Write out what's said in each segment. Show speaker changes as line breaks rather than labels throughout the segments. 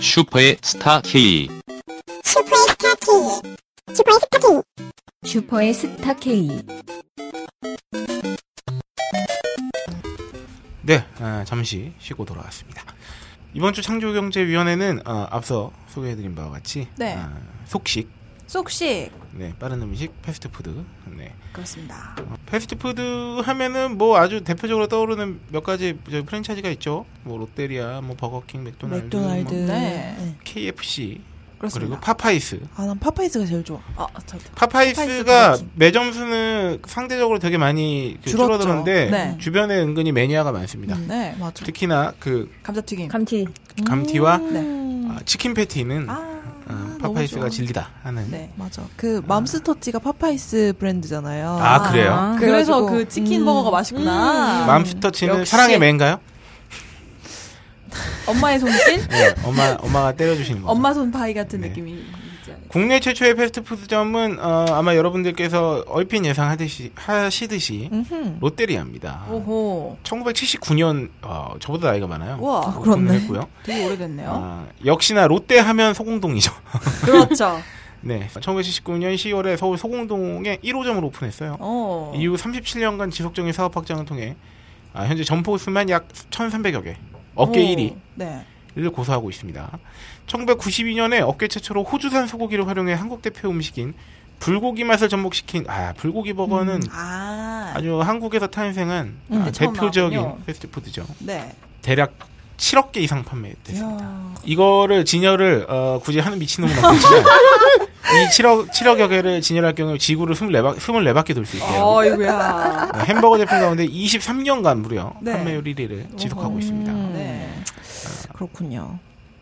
슈퍼의 스타 K.
슈퍼의 스타 K. 슈퍼의 스타 K.
슈퍼의 스타 K.
네, 아, 잠시 쉬고 돌아왔습니다. 이번 주 창조경제위원회는 아, 앞서 소개해드린 바와 같이
네.
아, 속식,
쏙씩
네, 빠른 음식, 패스트푸드, 네.
그렇습니다.
어, 패스트푸드 하면은 뭐 아주 대표적으로 떠오르는 몇 가지 저희 프랜차이즈가 있죠. 뭐 롯데리아, 뭐 버거킹, 맥도날드,
맥도날드.
뭐
네.
KFC,
그렇습니다.
그리고 파파이스.
아, 난 파파이스가 제일 좋아.
아, 저도.
파파이스가
파파이스
매점 수는 상대적으로 되게 많이 그
줄었죠.
줄어들었는데
네.
주변에 은근히 매니아가 많습니다.
음.
네.
맞아.
특히나 그
예.
감자튀김.
감튀.
감튀와
네.
아, 치킨 패티는
음. 아,
어,
너무
파파이스가
좋아.
진리다 하는
네.
맞아. 그 맘스터치가 파파이스 브랜드잖아요.
아, 그래요?
아,
그래서
그래가지고,
그 치킨
음.
버거가 맛있구나.
맘스터치는
역시.
사랑의 매인가요?
엄마의 손길?
네, 엄마 엄마가 때려주시는 거.
엄마 손파이 같은
네.
느낌이 있지 않아요?
국내 최초의 패스트푸드점은 어, 아마 여러분들께서 얼핏 예상하듯이 하시듯이
음흠.
롯데리아입니다.
오호.
1979년 어, 저보다 나이가 많아요.
우와. 어?
오픈을
그렇네.
했고요.
되게 오래됐네요.
아, 역시나 롯데 하면 소공동이죠.
그렇죠.
네, 1979년 10월에 서울 소공동에 1호점을 오픈했어요.
어.
이후 37년간 지속적인 사업 확장을 통해 아, 현재 점포 수만 약 1,300여 개, 업계
오.
1위
네.
를 고수하고 있습니다. 1992년에 업계 최초로 호주산 소고기를 활용해 한국 대표 음식인 불고기 맛을 접목시킨 아 불고기 버거는
아.
아주 한국에서 탄생한
음,
아,
처음
대표적인
나왔군요.
패스트푸드죠.
네.
대략 7억 개 이상 판매됐습니다.
이야.
이거를 진열을 어, 굳이 하는 미친놈은 없지만 이 7억 7억여 개를 진열할 경우 지구를 24바, 24바퀴 돌 수
어,
있대요.
어이구야.
네, 햄버거 제품 가운데 23년간 무려
네.
판매율 1위를 지속하고
오호.
있습니다.
네.
그렇군요.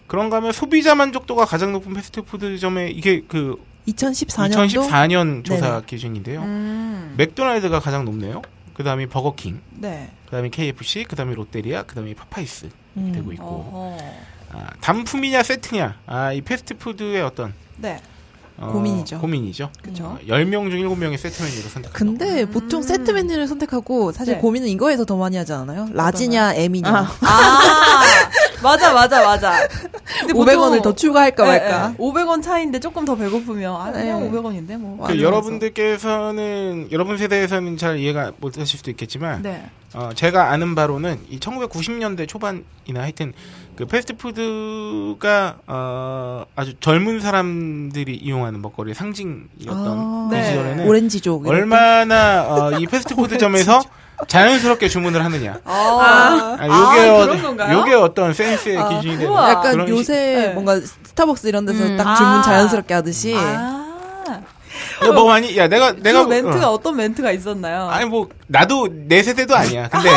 그런가 하면 소비자 만족도가 가장 높은 패스트푸드점의 이게 그
2014년도
2014년 조사
네네.
기준인데요.
음.
네. 맥도날드가 가장 높네요. 그 다음이 버거킹,
네.
그 다음이 KFC, 그 다음이 롯데리아, 그 다음이 파파이스
음.
되고 있고
어허.
아, 단품이냐 세트냐 아, 이 패스트푸드의 어떤
네.
어,
고민이죠.
고민이죠. 어,
그쵸.
10명 중 7명이 세트 메뉴를 선택하고
근데
음.
보통 세트 메뉴를 선택하고 사실
네.
고민은 이거에서 더 많이 하지 않아요? 라지냐, M이냐.
아. 맞아, 맞아, 맞아. 근데 네, 예,
500원을 더 추가할까 말까.
500원 차이인데 조금 더 배고프면 아 그냥
네.
500원인데 뭐.
완전
그 여러분들께서는 여러분 세대에서는 잘 이해가 못하실 수도 있겠지만
네.
어, 제가 아는 바로는 이 1990년대 초반이나 하여튼 그 패스트푸드가 어, 아주 젊은 사람들이 이용하는 먹거리의 상징이었던
아,
그
네.
시절에는
오렌지족. 이럴 때.
얼마나 어, 이 패스트푸드점에서 자연스럽게 주문을 하느냐.
아,
아, 요게,
아,
어,
그런 건가요?
요게 어떤 센스의
아,
기준이 되는
우와.
약간
그런
요새
네.
뭔가 스타벅스 이런 데서
음.
딱 주문
아.
자연스럽게 하듯이
아.
시- 야, 뭐 많이 야 내가 내가
내가
뭐-
멘트가
어.
어. 떤 네. 멘트가 있었나요?
아니 뭐 나도 내 세대도 아니야. 근데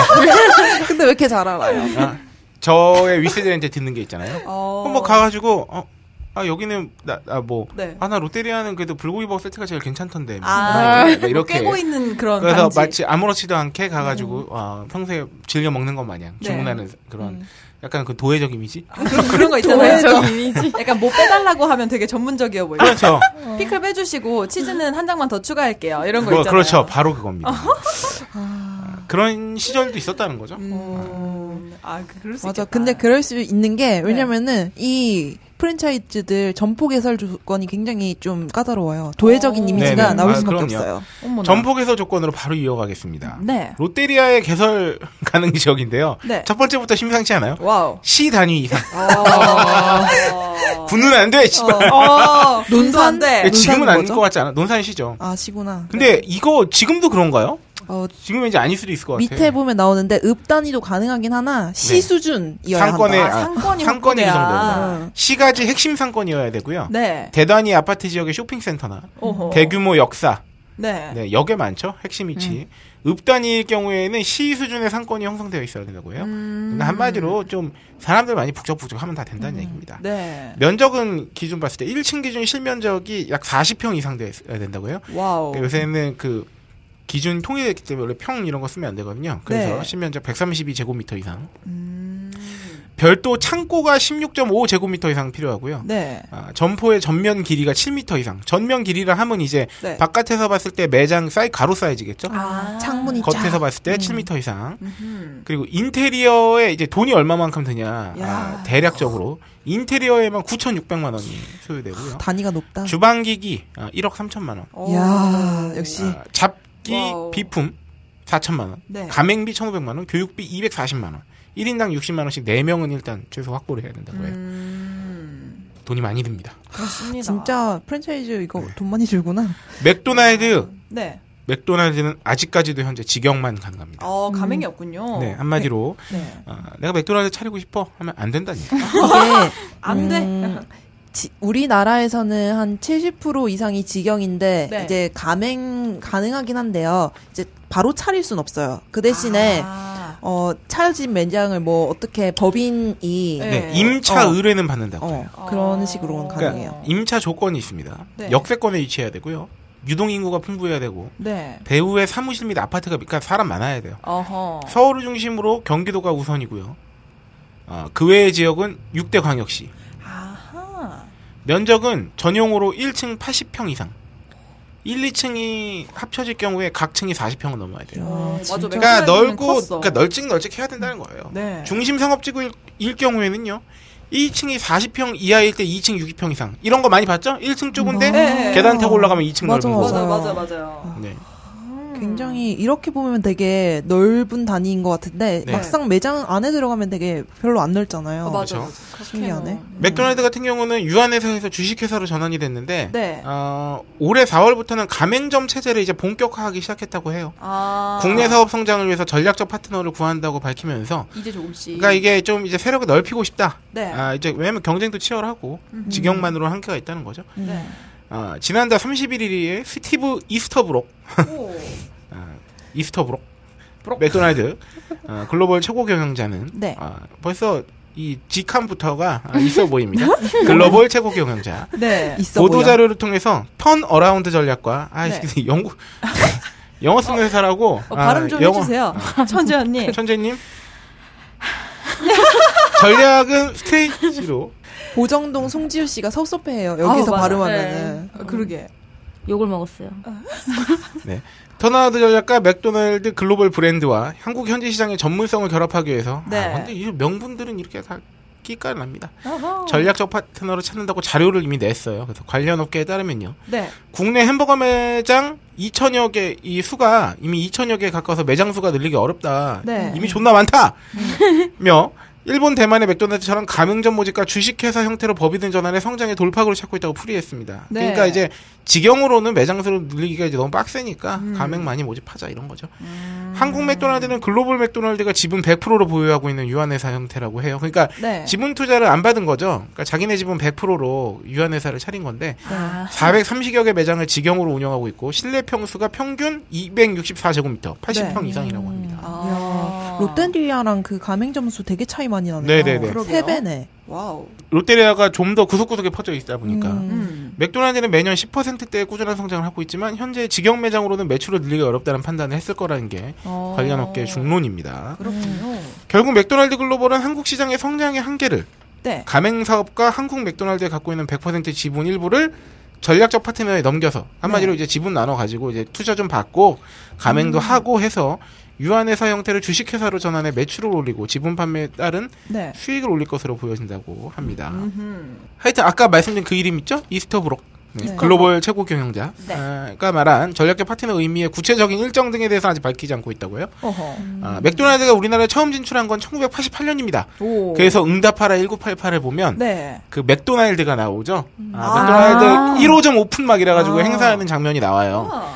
근데 왜 이렇게 잘 알아요?
어, 저의 윗세대한테 듣는 게 있잖아요.
어.
그럼 뭐 가가지고 어, 아 여기는 나뭐
네.
아 나 롯데리아는 그래도 불고기 버거 세트가 제일 괜찮던데 뭐
아,
이렇게, 이렇게.
깨고 있는 그런
그래서
감지. 음.
마치 아무렇지도 않게 가가지고 아, 평소에 즐겨 먹는 것 마냥
네.
주문하는 그런 약간 그 도회적 이미지
아, 그런, 그런 거 있잖아요.
도회적 이미지.
약간 뭐 빼달라고 하면 되게 뭐 전문적이어 보이고
그렇죠
피클 빼주시고 치즈는 한 장만 더 추가할게요. 이런 거
뭐,
있잖아요.
그렇죠 바로 그겁니다 아, 그런 시절도 있었다는 거죠
음, 아 그- 그럴 수
맞아.
있겠다.
근데 그럴 수
네.
있는 게 왜냐면은 이 프랜차이즈들 점포 개설 조건이 굉장히 좀 까다로워요. 도회적인
어.
이미지가
네네.
나올
아,
수밖에
그럼요.
없어요.
어머나.
전폭에서 조건으로 바로 이어가겠습니다
네.
롯데리아의 개설 가능 지역인데요
네.
첫 번째부터 심상치 않아요
와우.
시 단위 이상
어.
군은 안돼
어.
논산?
안 돼.
예, 지금은
논산은
아닌
뭐죠?
것 같지 않아 논산 시죠
아, 시구나.
근데 이거 지금도 그런가요?
어,
지금 왠지 아닐 수도 있을 것 같아요.
밑에 보면 나오는데 읍 단위도 가능하긴 하나 시
네.
수준이어야
상권에
한다.
아, 상권이
상권이 그
확보돼야.
정도.
응.
시가지 핵심 상권이어야 되고요.
네.
대단위 아파트 지역의 쇼핑센터나
어허.
대규모 역사,
네. 음.
네, 역에 많죠. 핵심 위치. 읍 단위일 경우에는 시 수준의 상권이 형성되어 있어야 된다고 해요.
음.
그러니까 한마디로 좀 사람들 많이 북적북적하면 다 된다는 얘기입니다.
네.
면적은 기준 봤을 때 1층 기준 실면적이 약 40평 이상 돼야 된다고 해요.
어.
와우.
그러니까 요새는 그 기준 통일됐기 때문에 원래 평 이런 거 쓰면 안 되거든요. 그래서
네.
실면적 132제곱미터 이상.
음.
별도 창고가 16.5 제곱미터 이상 필요하고요.
네.
아, 점포의 전면 길이가 7미터 이상. 전면 길이라 하면 이제
네.
바깥에서 봤을 때 매장 사이 가로 사이즈겠죠.
아,
창문이
겉에서
쫙.
봤을 때
음.
7미터 이상.
음흠.
그리고 인테리어에 이제 돈이 얼마만큼 드냐 아,
야.
대략적으로 인테리어에만 9,600만 원이 소요되고요.
단위가 아, 높다.
주방 기기 아, 1억 3천만 원.
오.
야 역시
아, 잡기
네. 와우.
비품 4천만 원.
네.
가맹비 1,500만 원, 교육비 240만 원. 1인당 60만 원씩 4명은 일단 최소 확보를 해야 된다고 해요.
음,
돈이 많이 듭니다.
그렇습니다.
진짜 프랜차이즈 이거
네.
돈 많이 들구나.
맥도날드
네.
맥도날드는 아직까지도 현재 직영만 가능합니다.
어, 가맹이 없군요.
네, 한마디로
네.
아, 내가 맥도날드 차리고 싶어 하면 안 된다니.
이게
안 돼.
음, 지- 우리나라에는 한 70% 이상이 직영인데
네.
이제 가맹 가능하긴 한데요. 이제 바로 차릴 순 없어요. 그 대신에
아,
어 차려진 매장을 뭐 어떻게 법인이
네.
네, 임차
어.
의뢰는 받는다고. 해요.
어 그런
어.
식으로는 가능해요.
그러니까 임차 조건이 있습니다.
네.
역세권에 위치해야 되고요. 유동 인구가 풍부해야 되고
네.
배후에 사무실 및 아파트가 그러니까 사람 많아야 돼요.
어허.
서울을 중심으로 경기도가 우선이고요. 아, 그 외의 지역은 6대 광역시.
아하.
면적은 전용으로 1층 80평 이상. 1, 2층이 합쳐질 경우에 각 층이 40평은 넘어야 돼요.
어,
진짜.
맞아.
그러니까
맥도날드는
넓고
컸어.
그러니까 널찍 널찍 해야 된다는 거예요.
네.
중심 상업지구일 일 경우에는요. 1층이 40평 이하일 때 2층 60평 이상. 이런 거 많이 봤죠? 1층
어.
좁은데
네.
계단 타고 올라가면 2층
맞아,
넓은 거.
맞아,
맞아요.
맞아, 맞아요.
네.
음. 굉장히 이렇게 보면 되게 넓은 단위인 것 같은데
네.
막상 매장 안에 들어가면 되게 별로 안 넓잖아요.
어, 맞아.
그렇죠.
맞아.
신기하네.
그렇게는.
맥도날드 같은 경우는 유한회사에서 주식회사로 전환이 됐는데
네.
어, 올해 4월부터는 가맹점 체제를 이제 본격화하기 시작했다고 해요.
아.
국내 사업 성장을 위해서 전략적 파트너를 구한다고 밝히면서
이제 조금씩.
그러니까 이게 좀 이제 세력을 넓히고 싶다.
네.
아, 이제 왜냐면 경쟁도 치열하고
음.
직영만으로 한계가 있다는 거죠.
네.
아, 지난달 31일에 스티브 이스터브록
오.
아, 이스터브록
브록.
맥도날드 아, 글로벌 최고 경영자는
네.
아, 벌써 이 직함부터가 아, 있어 보입니다. 글로벌 최고 경영자.
네.
있어
보도
보여.
자료를 통해서 턴 어라운드 전략과 아,
네.
영국 영어 쓰는 회사라고
어,
아,
발음 좀
영어-
해주세요. 네. 천재 언니.
천재님 전략은 스테이지로
고정동 송지효 씨가 섭섭해해요.
아우,
여기서
맞아.
발음하면은.
네. 어, 그러게.
욕을 먹었어요.
턴아웃 전략과 맥도날드 글로벌 브랜드와 한국 현지 시장의 전문성을 결합하기 위해서
네.
아, 근데 이 명분들은 이렇게 다 끼깔납니다.
어.
전략적 파트너를 찾는다고 자료를 이미 냈어요. 그래서 관련 업계에 따르면요.
네.
국내 햄버거 매장 2천여 개, 이 수가 이미 2천여 개에 가까워서 매장 수가 늘리기 어렵다.
네.
이미 존나 많다! 며, 일본, 대만의 맥도날드처럼 가맹점 모집과 주식회사 형태로 법이든 전환의 성장의 돌파구를 찾고 있다고 풀이했습니다.
네.
그러니까 이제 직영으로는 매장 수를 늘리기가 이제 너무 빡세니까
음.
가맹 많이 모집하자 이런 거죠. 한국 맥도날드는 글로벌 맥도날드가 지분 100%로 보유하고 있는 유한회사 형태라고 해요. 그러니까
네.
지분 투자를 안 받은 거죠. 그러니까 자기네 지분 100%로 유한회사를 차린 건데
아.
430여 개 매장을 직영으로 운영하고 있고 실내 평수가 평균 264제곱미터, 80평 이상이라고
음.
합니다.
아.
롯데리아랑 그 가맹점수 되게 차이 많이 나네요.
네네네.
그러게요.
세 배네.
와우.
롯데리아가 좀 더 구석구석에 퍼져 있다 보니까
음.
음.
맥도날드는 매년 10%대의 꾸준한 성장을 하고 있지만 현재 직영 매장으로는 매출을 늘리기 어렵다는 판단을 했을 거라는 게
어.
관련 업계의 중론입니다.
그렇군요.
음.
결국 맥도날드 글로벌은 한국 시장의 성장의 한계를
네.
가맹 사업과 한국 맥도날드에 갖고 있는 100% 지분 일부를 전략적 파트너에 넘겨서 한마디로
네.
이제 지분 나눠 가지고 이제 투자 좀 받고
음.
가맹도 하고 해서 유한회사 형태를 주식회사로 전환해 매출을 올리고 지분 판매에 따른
네.
수익을 올릴 것으로 보여진다고 합니다.
음흠.
하여튼 아까 말씀드린 그 이름 있죠? 이스터브록. 네,
이스터브록.
글로벌 최고 경영자가
네.
말한 전략적 파트너 의미의 구체적인 일정 등에 대해서 아직 밝히지 않고 있다고요.
어허.
아, 맥도날드가 우리나라에 처음 진출한 건 1988년입니다.
오.
그래서 응답하라 1988을 보면
네.
그 맥도날드가 나오죠. 아,
아.
맥도날드 1호점 오픈 막 이래가지고
아.
행사하는 장면이 나와요.
아.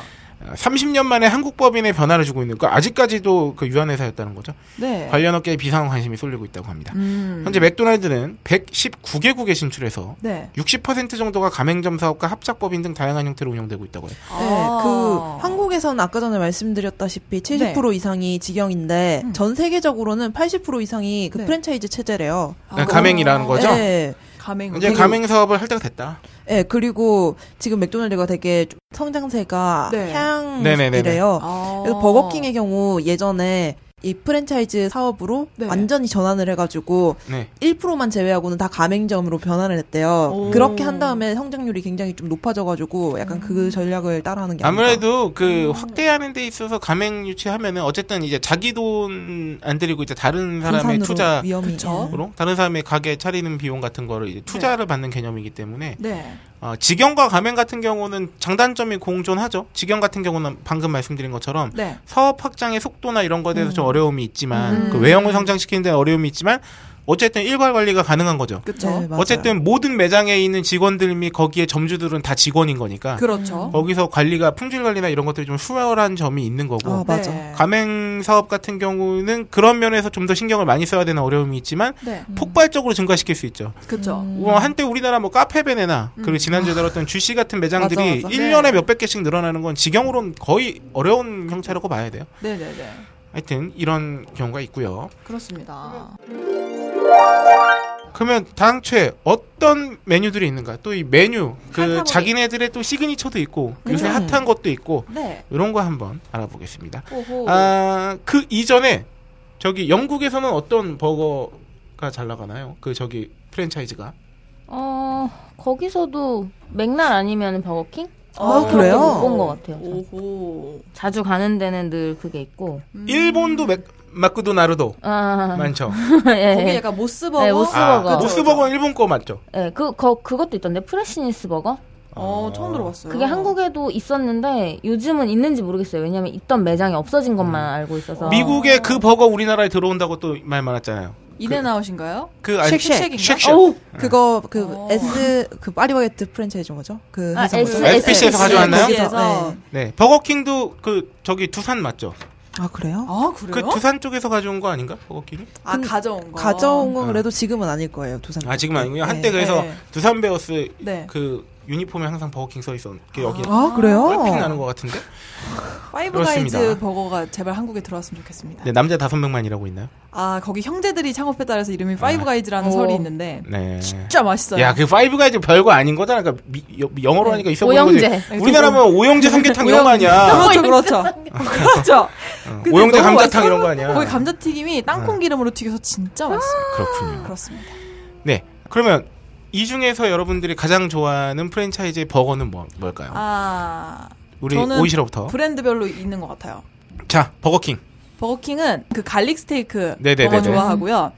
30년 만에 한국 법인의 변화를 주고 있는 거 아직까지도 그 유한회사였다는 거죠.
네.
관련 업계에 비상 관심이 쏠리고 있다고 합니다.
음.
현재 맥도날드는 119개국에 진출해서
네.
60% 정도가 가맹점 사업과 합작법인 등 다양한 형태로 운영되고 있다고 해요.
네,
아. 네.
그 한국에서는 아까 전에 말씀드렸다시피 70% 이상이 직영인데
음.
전 세계적으로는 80% 이상이 그
네.
프랜차이즈 체제래요.
아.
가맹이라는 거죠.
네.
가맹.
이제
그리고-
가맹 사업을 할 때가 됐다.
네, 그리고 지금 맥도날드가 되게 좀 성장세가
네.
향
네네네네.
향이래요.
아.
그래서 버거킹의 경우 예전에 이 프랜차이즈 사업으로
네.
완전히 전환을 해가지고
네.
1%만 제외하고는 다 가맹점으로 변환을 했대요.
오.
그렇게 한 다음에 성장률이 굉장히 좀 높아져가지고 약간
음.
그 전략을 따라하는 게 아닐까.
아무래도 그 확대하는 데 있어서 가맹 유치하면은 어쨌든 이제 자기 돈 안 들이고 이제 다른 사람의
분산으로
투자
위험이 예.
그쵸?
으로 다른 사람의 가게 차리는 비용 같은 거를 이제 투자를 받는 개념이기 때문에
네.
어, 직영과 가맹 같은 경우는 장단점이 공존하죠. 직영 같은 경우는 방금 말씀드린 것처럼
네.
사업 확장의 속도나 이런 거에 대해서 좀 어려움이 있지만
음.
그 외형을 성장시키는 데 어려움이 있지만 어쨌든 일괄 관리가 가능한 거죠.
그렇죠.
네, 맞아요.
어쨌든 모든 매장에 있는 직원들 및 거기에 점주들은 다 직원인 거니까
그렇죠.
거기서 관리가 품질 관리나 이런 것들이 좀 수월한 점이 있는 거고
아, 맞아.
네.
가맹 사업 같은 경우는 그런 면에서 좀 더 신경을 많이 써야 되는 어려움이 있지만
음.
네.
음. 폭발적으로 증가시킬 수 있죠.
그렇죠.
뭐 한때 우리나라 뭐 카페베네나
음.
그리고 지난주에 다뤘던 주시 같은 매장들이
맞아, 맞아.
일 1년에 몇백 개씩 늘어나는 건 직영으로는 거의 어려운 형태라고 봐야 돼요.
네, 네, 네.
하여튼 이런 경우가 있고요.
그렇습니다.
그러면 당최 어떤 메뉴들이 있는가? 또 이 메뉴 그
핫하고
자기네들의 또 시그니처도 있고 요새
음.
핫한 것도 있고
네.
이런 거 한번 알아보겠습니다.
오호.
아 그 이전에 저기 영국에서는 어떤 버거가 잘 나가나요? 그 저기 프랜차이즈가
어 거기서도 맥날 아니면 버거킹?
아, 그래요?
못본것 같아요. 저는.
어, 오호.
자주 가는 데는 늘 그게 있고.
음.
일본도 맥, 마크도 나르도
아,
많죠.
예.
거기 약간 모스버거.
네, 모스-
아,
모스버거.
모스버거는 일본 거 맞죠?
예, 그, 거, 그것도 있던데, 프레시니스 버거?
어, 처음 들어봤어요.
아.
그게 한국에도 있었는데, 요즘은 있는지 모르겠어요. 왜냐면 있던 매장이 없어진 것만 알고 있어서.
음.
아.
미국의 그 버거 우리나라에 들어온다고 또 말 많았잖아요.
인앤아웃인가요?
그
쉑쉑.
쉑쉑.
그거 그
어.
S 그 파리바게트 프랜차이즈인 거죠? 그
아,
회사
S-
거죠?
SPC에서 가져왔나요?
SPC에서.
네.
네. 버거킹도 그 저기 두산 맞죠?
아 그래요?
아, 그래요?
그 두산 쪽에서 가져온 거 아닌가? 버거킹이?
아, 가져온 거.
가져온 건
어.
그래도 지금은 아닐 거예요. 두산.
아 지금
쪽도.
아니고요.
네.
한때 그래서
네.
두산 베어스
네.
그 유니폼에 항상 버거킹 써 있었는데 여기
아 그래요?
얼핏 나는 것 같은데.
파이브
그렇습니다.
가이즈 버거가 제발 한국에 들어왔으면 좋겠습니다.
네, 남자 다섯 명만 일하고 있나요?
아, 거기 형제들이 창업했다 그래서 이름이 파이브
아.
가이즈라는
오.
설이 있는데
네.
진짜 맛있어요.
야, 그 파이브가 이제 별거 아닌 거잖아. 그러니까 미- 여-
네.
영어로 하니까 있어 보이는
오형제.
거지. 우리나라면 오영재 삼계탕 이런 거 아니야.
그렇죠, 그렇죠. 그렇죠. 근데
오영재
너무
감자탕
맛있어.
이런 거 아니야. 네.
거기 감자튀김이 땅콩 기름으로 튀겨서 진짜 맛있어요.
아.
그렇군요.
그렇습니다.
네. 그러면 이 중에서 여러분들이 가장 좋아하는 프랜차이즈의 버거는 뭐, 뭘까요?
아,
우리
저는
오이시로부터.
브랜드별로 있는 것 같아요.
자, 버거킹.
버거킹은 그 갈릭 스테이크
네네네네.
버거 좋아하고요.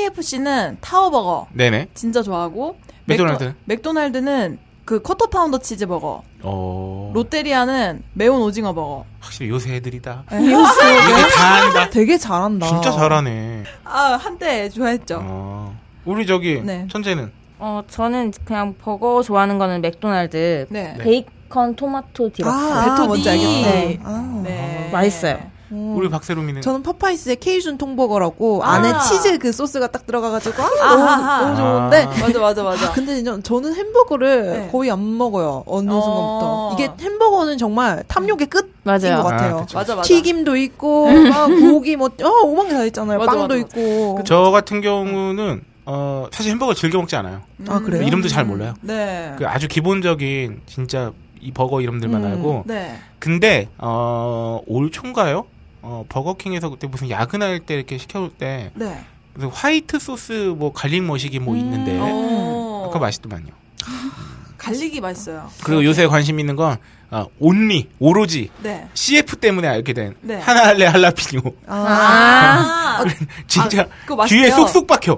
KFC는 타워 버거
네네.
진짜 좋아하고
맥도날드는?
맥도, 날드는그 쿼터 파운더 치즈 버거,
어.
롯데리아는 매운 오징어 버거.
확실히 요새 애들이다.
요새
이게 다 한다.
네. 되게 잘한다.
진짜 잘하네.
아 한때 좋아했죠.
어. 우리 저기
네.
천재는
어, 저는 그냥 버거 좋아하는 거는 맥도날드.
네. 네.
베이컨 토마토 디럭스.
아, 아
베토디.
뭔지 알겠다.
네.
어.
아.
맛있어요.
음.
우리 박세롬이는
저는 파파이스의 케이준 통버거라고
아.
안에 치즈 그 소스가 딱 들어가가지고 아, 네. 너무,
아하하.
너무 좋은데
맞아 맞아 맞아.
근데 이제 저는 햄버거를
네.
거의 안 먹어요 어느
어.
순간부터 이게 햄버거는 정말 탐욕의 끝인
맞아요.
것 같아요
아, 그쵸.
맞아 맞아.
튀김도 있고 막 고기 뭐 어, 오만 개 다 있잖아요
맞아,
빵도
맞아, 맞아.
있고
저 같은 경우는 어, 사실 햄버거 즐겨 먹지 않아요.
아, 그래요?
이름도 잘 몰라요.
음. 네.
그 아주 기본적인 진짜 이 버거 이름들만
음.
알고
네.
근데 어, 올 초인가요? 어, 버거킹에서 그때 무슨 야근할 때 이렇게 시켜올 때
네.
무슨 화이트 소스 뭐 갈릭 머시기 뭐 있는데
음. 어.
그거 맛있더만요.
갈릭이 맛있어요.
그리고 요새 관심 있는 건 어, 온리 오로지
네.
CF 때문에 알게 된
네.
하나 할래 할라피뇨
아,
아,
진짜
그거 맛있대요.
귀에 쏙쏙 박혀.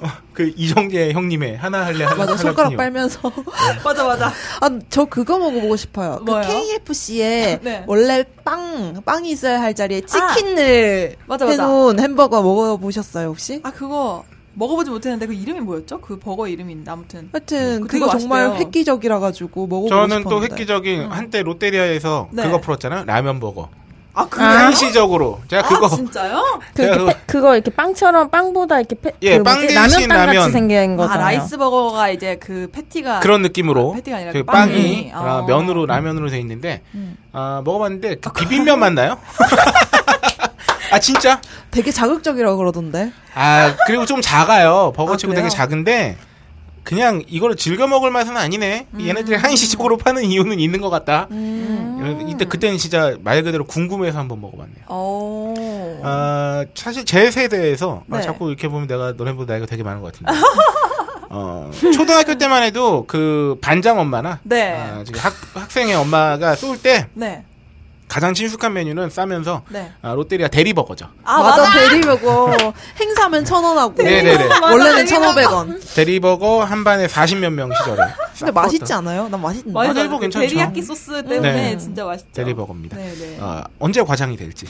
어, 그 이정재 형님의 하나 할래 할라
맞아 손가락
할라피뇨.
빨면서
맞아 맞아.
아 저 그거 먹어보고 싶어요 그
뭐요?
KFC에
네. 아.
원래 빵 빵이 있어야 할 자리에 치킨을
맞아, 맞아.
해놓은 햄버거 먹어보셨어요 혹시?
아 그거 먹어보지 못했는데 그 이름이 뭐였죠? 그 버거 이름인데 아무튼
하여튼
음, 그거 되게
그거 정말
맛있대요.
획기적이라 가지고 먹어보고
저는
싶었는데.
또 획기적인 한때 롯데리아에서
네.
그거 풀었잖아요 라면 버거
아 그래요?
한시적으로 제가 그거
아 진짜요?
그,
내가
이렇게
그거-
패- 그거 이렇게 빵처럼 빵보다 이렇게 패,
예,
그
빵
뭐지? 라면
대신
빵
라면.
같이 생긴
아
거잖아요.
라이스 버거가 이제 그 패티가
그런 느낌으로
아, 패티가 아니라 음.
그
빵이.
빵이,
어.
아, 면으로 라면으로 돼 있는데 아, 먹어봤는데 그 비빔면 맞나요? 아 진짜?
되게 자극적이라고 그러던데.
아 그리고 좀 작아요 버거치고
아, 그래요?
되게 작은데
음.
음.
그냥 이거를 즐겨 먹을 맛은 아니네 얘네들이 한시적으로 파는 이유는 있는 것 같다 이런- 이때 그때는 진짜 말 그대로 궁금해서 한번 먹어봤네요.
어.
아, 사실 제 세대에서 아,
네.
자꾸 이렇게 보면 내가 너네보다 나이가 되게 많은 것 같은데. 어, 초등학교 때만 해도 그 반장 엄마나
네.
아, 지금 학, 학생의 엄마가 쏠 때
네.
가장 친숙한 메뉴는 싸면서
네.
아, 롯데리아 대리버거죠.
아,
맞아,
맞아.
대리버거. 행사면 천 원하고.
네네네.
원래는 천 오백 원.
대리버거 한 반에 40몇 명 시절에.
근데 맛있지 않아요? 난 맛있는데.
맞아.
대리버거
그
괜찮죠.
데리야끼 소스 때문에
네.
진짜 맛있죠.
대리버거입니다.
네, 네.
아, 언제 과장이 될지.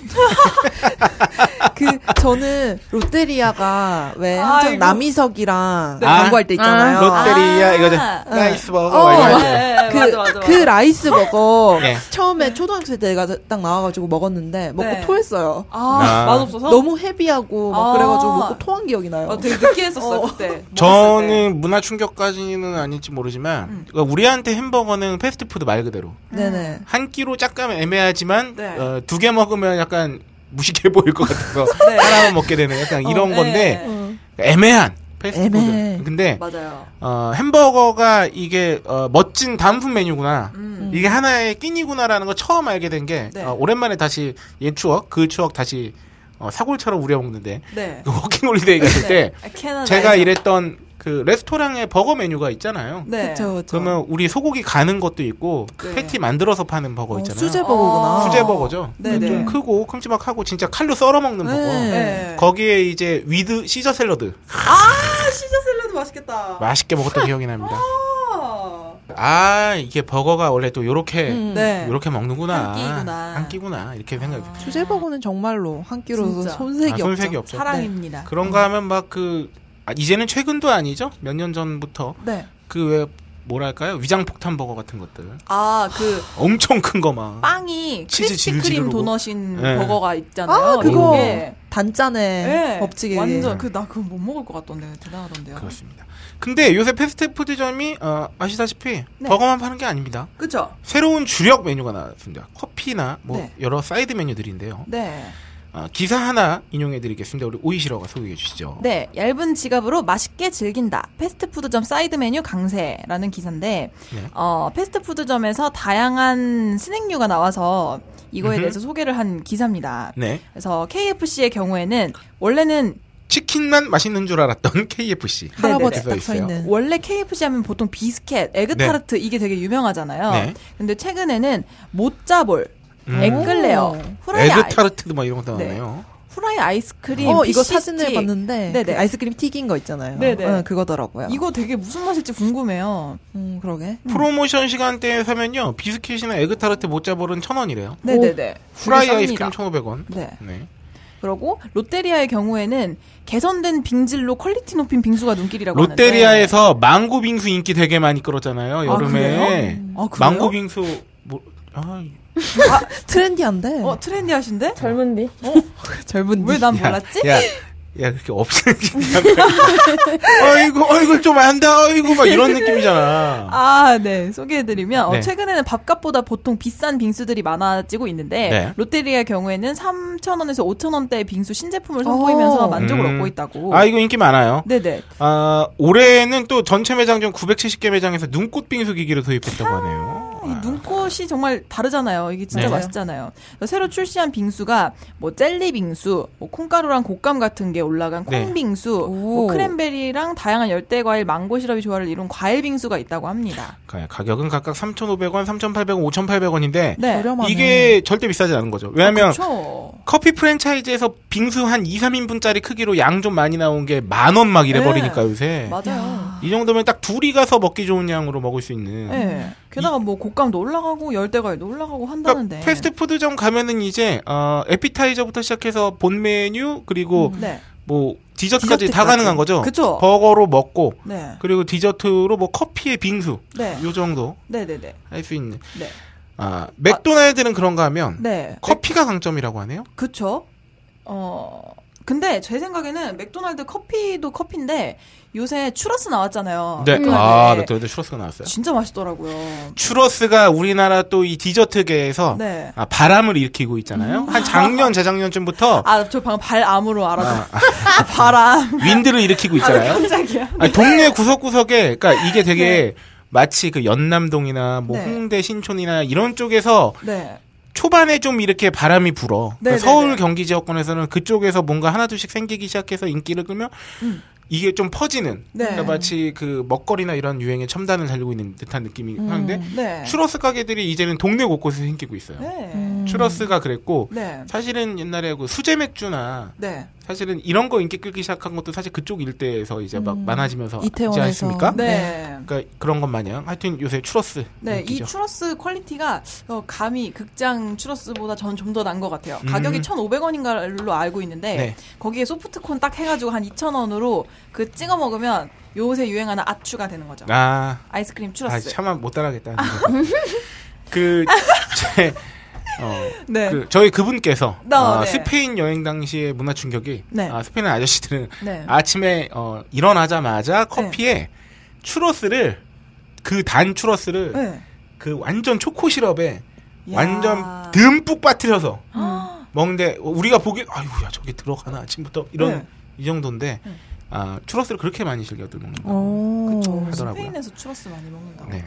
그 저는 롯데리아가 왜 한창
아이고.
남이석이랑
네.
광고할 때 있잖아요.
아,
롯데리아
아.
이거죠.
네.
라이스버거.
어,
막 이거
네,
하죠.
네, 맞아,
그,
맞아.
그 라이스 버거
네.
처음에 초등학교 때 내가 딱 나와가지고 먹었는데 먹고
네.
토했어요.
아,
아.
맛없어서?
너무 헤비하고 막
아.
그래가지고 먹고 토한 기억이 나요.
아, 되게 느끼했었어요,
어.
그때. 먹었을 때.
저는 문화 충격까지는 아닐지 모르지만
음.
그러니까 우리한테 햄버거는 패스트푸드 말 그대로
네네.
한 끼로 짝감 애매하지만 어,
네.
두 개 먹으면 약간 무식해 보일 것 같아서
네.
하나만 먹게 되는 약간 이런
네.
건데 그러니까 애매한 패스트푸드.
애매해.
근데
맞아요.
어, 햄버거가 이게 어, 멋진 단품 메뉴구나.
음.
이게 하나의 끼니구나라는 걸 처음 알게 된 게
네.
어, 오랜만에 다시 옛 추억, 그 추억 다시 어, 사골처럼 우려먹는데
네.
그 워킹홀리데이 갔을 때
아, 캐나다.
제가 일했던 그 레스토랑의 버거 메뉴가 있잖아요.
네.
그쵸, 그쵸.
그러면 우리 소고기 가는 것도 있고 그
네.
패티 만들어서 파는 버거 뭐
어,
있잖아요.
수제 버거구나.
어.
수제 버거죠.
네네.
좀 크고 큼지막하고 진짜 칼로 썰어 먹는 버거.
네.
거기에 이제 위드 시저 샐러드
아, 시저 샐러드 맛있겠다.
맛있게 먹었던 기억이 납니다.
아.
아 이게 버거가 원래 또 요렇게
음.
네.
요렇게 먹는구나.
한 끼구나. 아.
한 끼구나. 이렇게 생각이 들어요.
수제 버거는 정말로 한 끼로
진짜.
손색이,
아, 손색이
없죠.
없죠.
사랑입니다.
그런가 하면 막 그 이제는 최근도 아니죠. 몇 년 전부터
네.
그 왜 뭐랄까요 위장 폭탄 버거 같은 것들
아, 그
엄청 큰 거 막.
빵이
치즈
크리스피
질질
크림
흐르고.
도넛인
네.
버거가 있잖아요.
아 그거
이게.
단짠에
네.
법칙에 어,
완전 그 나 그거 못 먹을 것 같던데 대단하던데요.
그렇습니다. 근데 요새 패스트푸드점이 어, 아시다시피
네.
버거만 파는 게 아닙니다.
그쵸?
새로운 주력 메뉴가 나왔습니다. 커피나 뭐
네.
여러 사이드 메뉴들인데요.
네.
어, 기사 하나 인용해드리겠습니다. 우리 오이시러가 소개해 주시죠.
네, 얇은 지갑으로 맛있게 즐긴다. 패스트푸드점 사이드 메뉴 강세라는 기사인데,
네.
어, 패스트푸드점에서 다양한 스낵류가 나와서 이거에
음흠.
대해서 소개를 한 기사입니다.
네.
그래서 KFC의 경우에는 원래는
치킨만 맛있는 줄 알았던 KFC.
할아버지
네네네.
딱 서 있는.
원래 KFC 하면 보통 비스켓, 에그타르트 이게 되게 유명하잖아요.
네.
근데 최근에는 모짜볼,
음.
에클레어, 후라이, 네.
에그
아이,
타르트도 막 이런 것도 나와요.
후라이 아이스크림,
어 이거
피시티.
사진을 봤는데
네네.
그 아이스크림 튀긴 거 있잖아요.
네네.
어, 그거더라고요.
이거 되게 무슨 맛일지 궁금해요.
음 그러게.
프로모션 시간대에 사면요. 비스킷이나 에그 타르트 모짜볼은 1,000원이래요.
네네네.
후라이
되게 쌉니다.
아이스크림 1,500원.
네.
네.
그러고 롯데리아의 경우에는 개선된 빙질로 퀄리티 높인 빙수가 눈길이라고 하는데
롯데리아에서 망고 빙수 인기 되게 많이 끌었잖아요. 여름에.
그래요? 아, 그래요?
망고 빙수 뭐 아,
트렌디한데.
어 트렌디하신데?
젊은디.
젊은
왜 난
야,
몰랐지?
야, 야 그렇게 없애니까. 어이구, 어이구 좀 안다. 어이구 막 이런 느낌이잖아.
아, 네. 소개해드리면,
네.
어, 최근에는 밥값보다 보통 비싼 빙수들이 많아지고 있는데,
네.
롯데리아의 경우에는 3,000원에서 5,000원대의 빙수 신제품을 선보이면서
오.
만족을
음.
얻고 있다고.
아 이거 인기 많아요.
네네.
아 올해는 또 전체 매장점 970개 매장에서 눈꽃 빙수 기기를 도입했다고 하네요.
아, 이 눈꽃이 정말 다르잖아요. 이게 진짜
아. 네.
맛있잖아요. 그래서 새로 출시한 빙수가 뭐 젤리 빙수, 뭐 콩가루랑 곶감 같은 게 올라간
네.
콩빙수,
오.
뭐 크랜베리랑 다양한 열대 과일, 망고 시럽이 조화를 이룬 과일 빙수가 있다고 합니다.
아, 가- 가격은 각각 3,500원, 3,800원, 5,800원인데
네.
저렴하네.
이게 절대 비싸지 않은 거죠. 왜냐하면
그렇죠.
커피 프랜차이즈에서 빙수 한 2, 3인분짜리 크기로 양 좀 많이 나온 게 만 원 막 이래
네.
버리니까 요새.
맞아요.
이 정도면 딱 둘이 가서 먹기 좋은 양으로 먹을 수 있는.
예. 게다가 뭐 곶감도 올라가고 열대 과일도 올라가고
그러니까
한다는데.
패스트푸드점 가면은 이제 어, 에피타이저부터 시작해서 본 메뉴 그리고
네.
뭐 디저트까지 다
디저트까지.
가능한 거죠.
그쵸.
버거로 먹고
네.
그리고 디저트로 뭐 커피에 빙수
네.
요 정도
네, 네, 네.
할 수 있는.
네.
아 맥도날드는 그런가 하면
네.
커피가 강점이라고 하네요.
그쵸? 어, 근데 제 생각에는 맥도날드 커피도 커피인데 요새 추러스 나왔잖아요.
네.
맥도날드에.
맥도날드 슈러스가 나왔어요.
진짜 맛있더라고요.
츄러스가 우리나라 또 이 디저트계에서
네. 음.
아, 바람을 일으키고 있잖아요. 한 작년 재작년쯤부터
아, 저 방금 발암으로 알아서. 바람.
윈드를 일으키고
아,
있잖아요.
깜짝이야.
아니, 동네 구석구석에 그러니까 이게 되게 마치 그 연남동이나 뭐
네.
홍대 신촌이나 이런 쪽에서
네.
초반에 좀 이렇게 바람이 불어.
네,
그러니까
네,
서울
네.
경기 지역권에서는 그쪽에서 뭔가 하나 둘씩 생기기 시작해서 인기를 끌면
음.
이게 좀 퍼지는.
네.
그러니까 마치 그 먹거리나 이런 유행의 첨단을 달리고 있는 듯한 느낌이 하는데
네.
추러스 가게들이 이제는 동네 곳곳에 생기고 있어요.
네.
추러스가 그랬고
네.
사실은 옛날에 그 수제 맥주나
네.
사실은 이런 거 인기 끌기 시작한 것도 사실 그쪽 일대에서 이제 막
음.
많아지면서 있지
이태원에서.
않습니까?
네.
그러니까 그런 것 마냥 하여튼 요새 추러스
네, 이
인기죠.
추러스 퀄리티가 어, 감히 극장 추러스보다 저는 좀 더 난 것 같아요.
음.
가격이 1,500원인가로 알고 있는데
네.
거기에 소프트콘 딱 해가지고 한 2,000원으로 그 찍어 먹으면 요새 유행하는 아추가 되는 거죠.
아,
아이스크림
아
추러스. 아.
차마 못 따라하겠다. 그 제, 어,
네.
그 저희 그분께서
네,
아,
네.
스페인 여행 당시의 문화 충격이
네.
아, 스페인 아저씨들은
네.
아침에 어, 일어나자마자 커피에 추러스를 그 단 추러스를
네.
그 완전 초코 시럽에
야.
완전 듬뿍 빠뜨려서
아,
먹는데 우리가 보기 아이고 야 저게 들어가나 아침부터 이런
네.
이 정도인데
네.
아 추러스를 그렇게 많이 즐겨들 먹는 거
어. 오.
저
하더라고요.
스페인에서 추러스 많이 먹는다고.
네.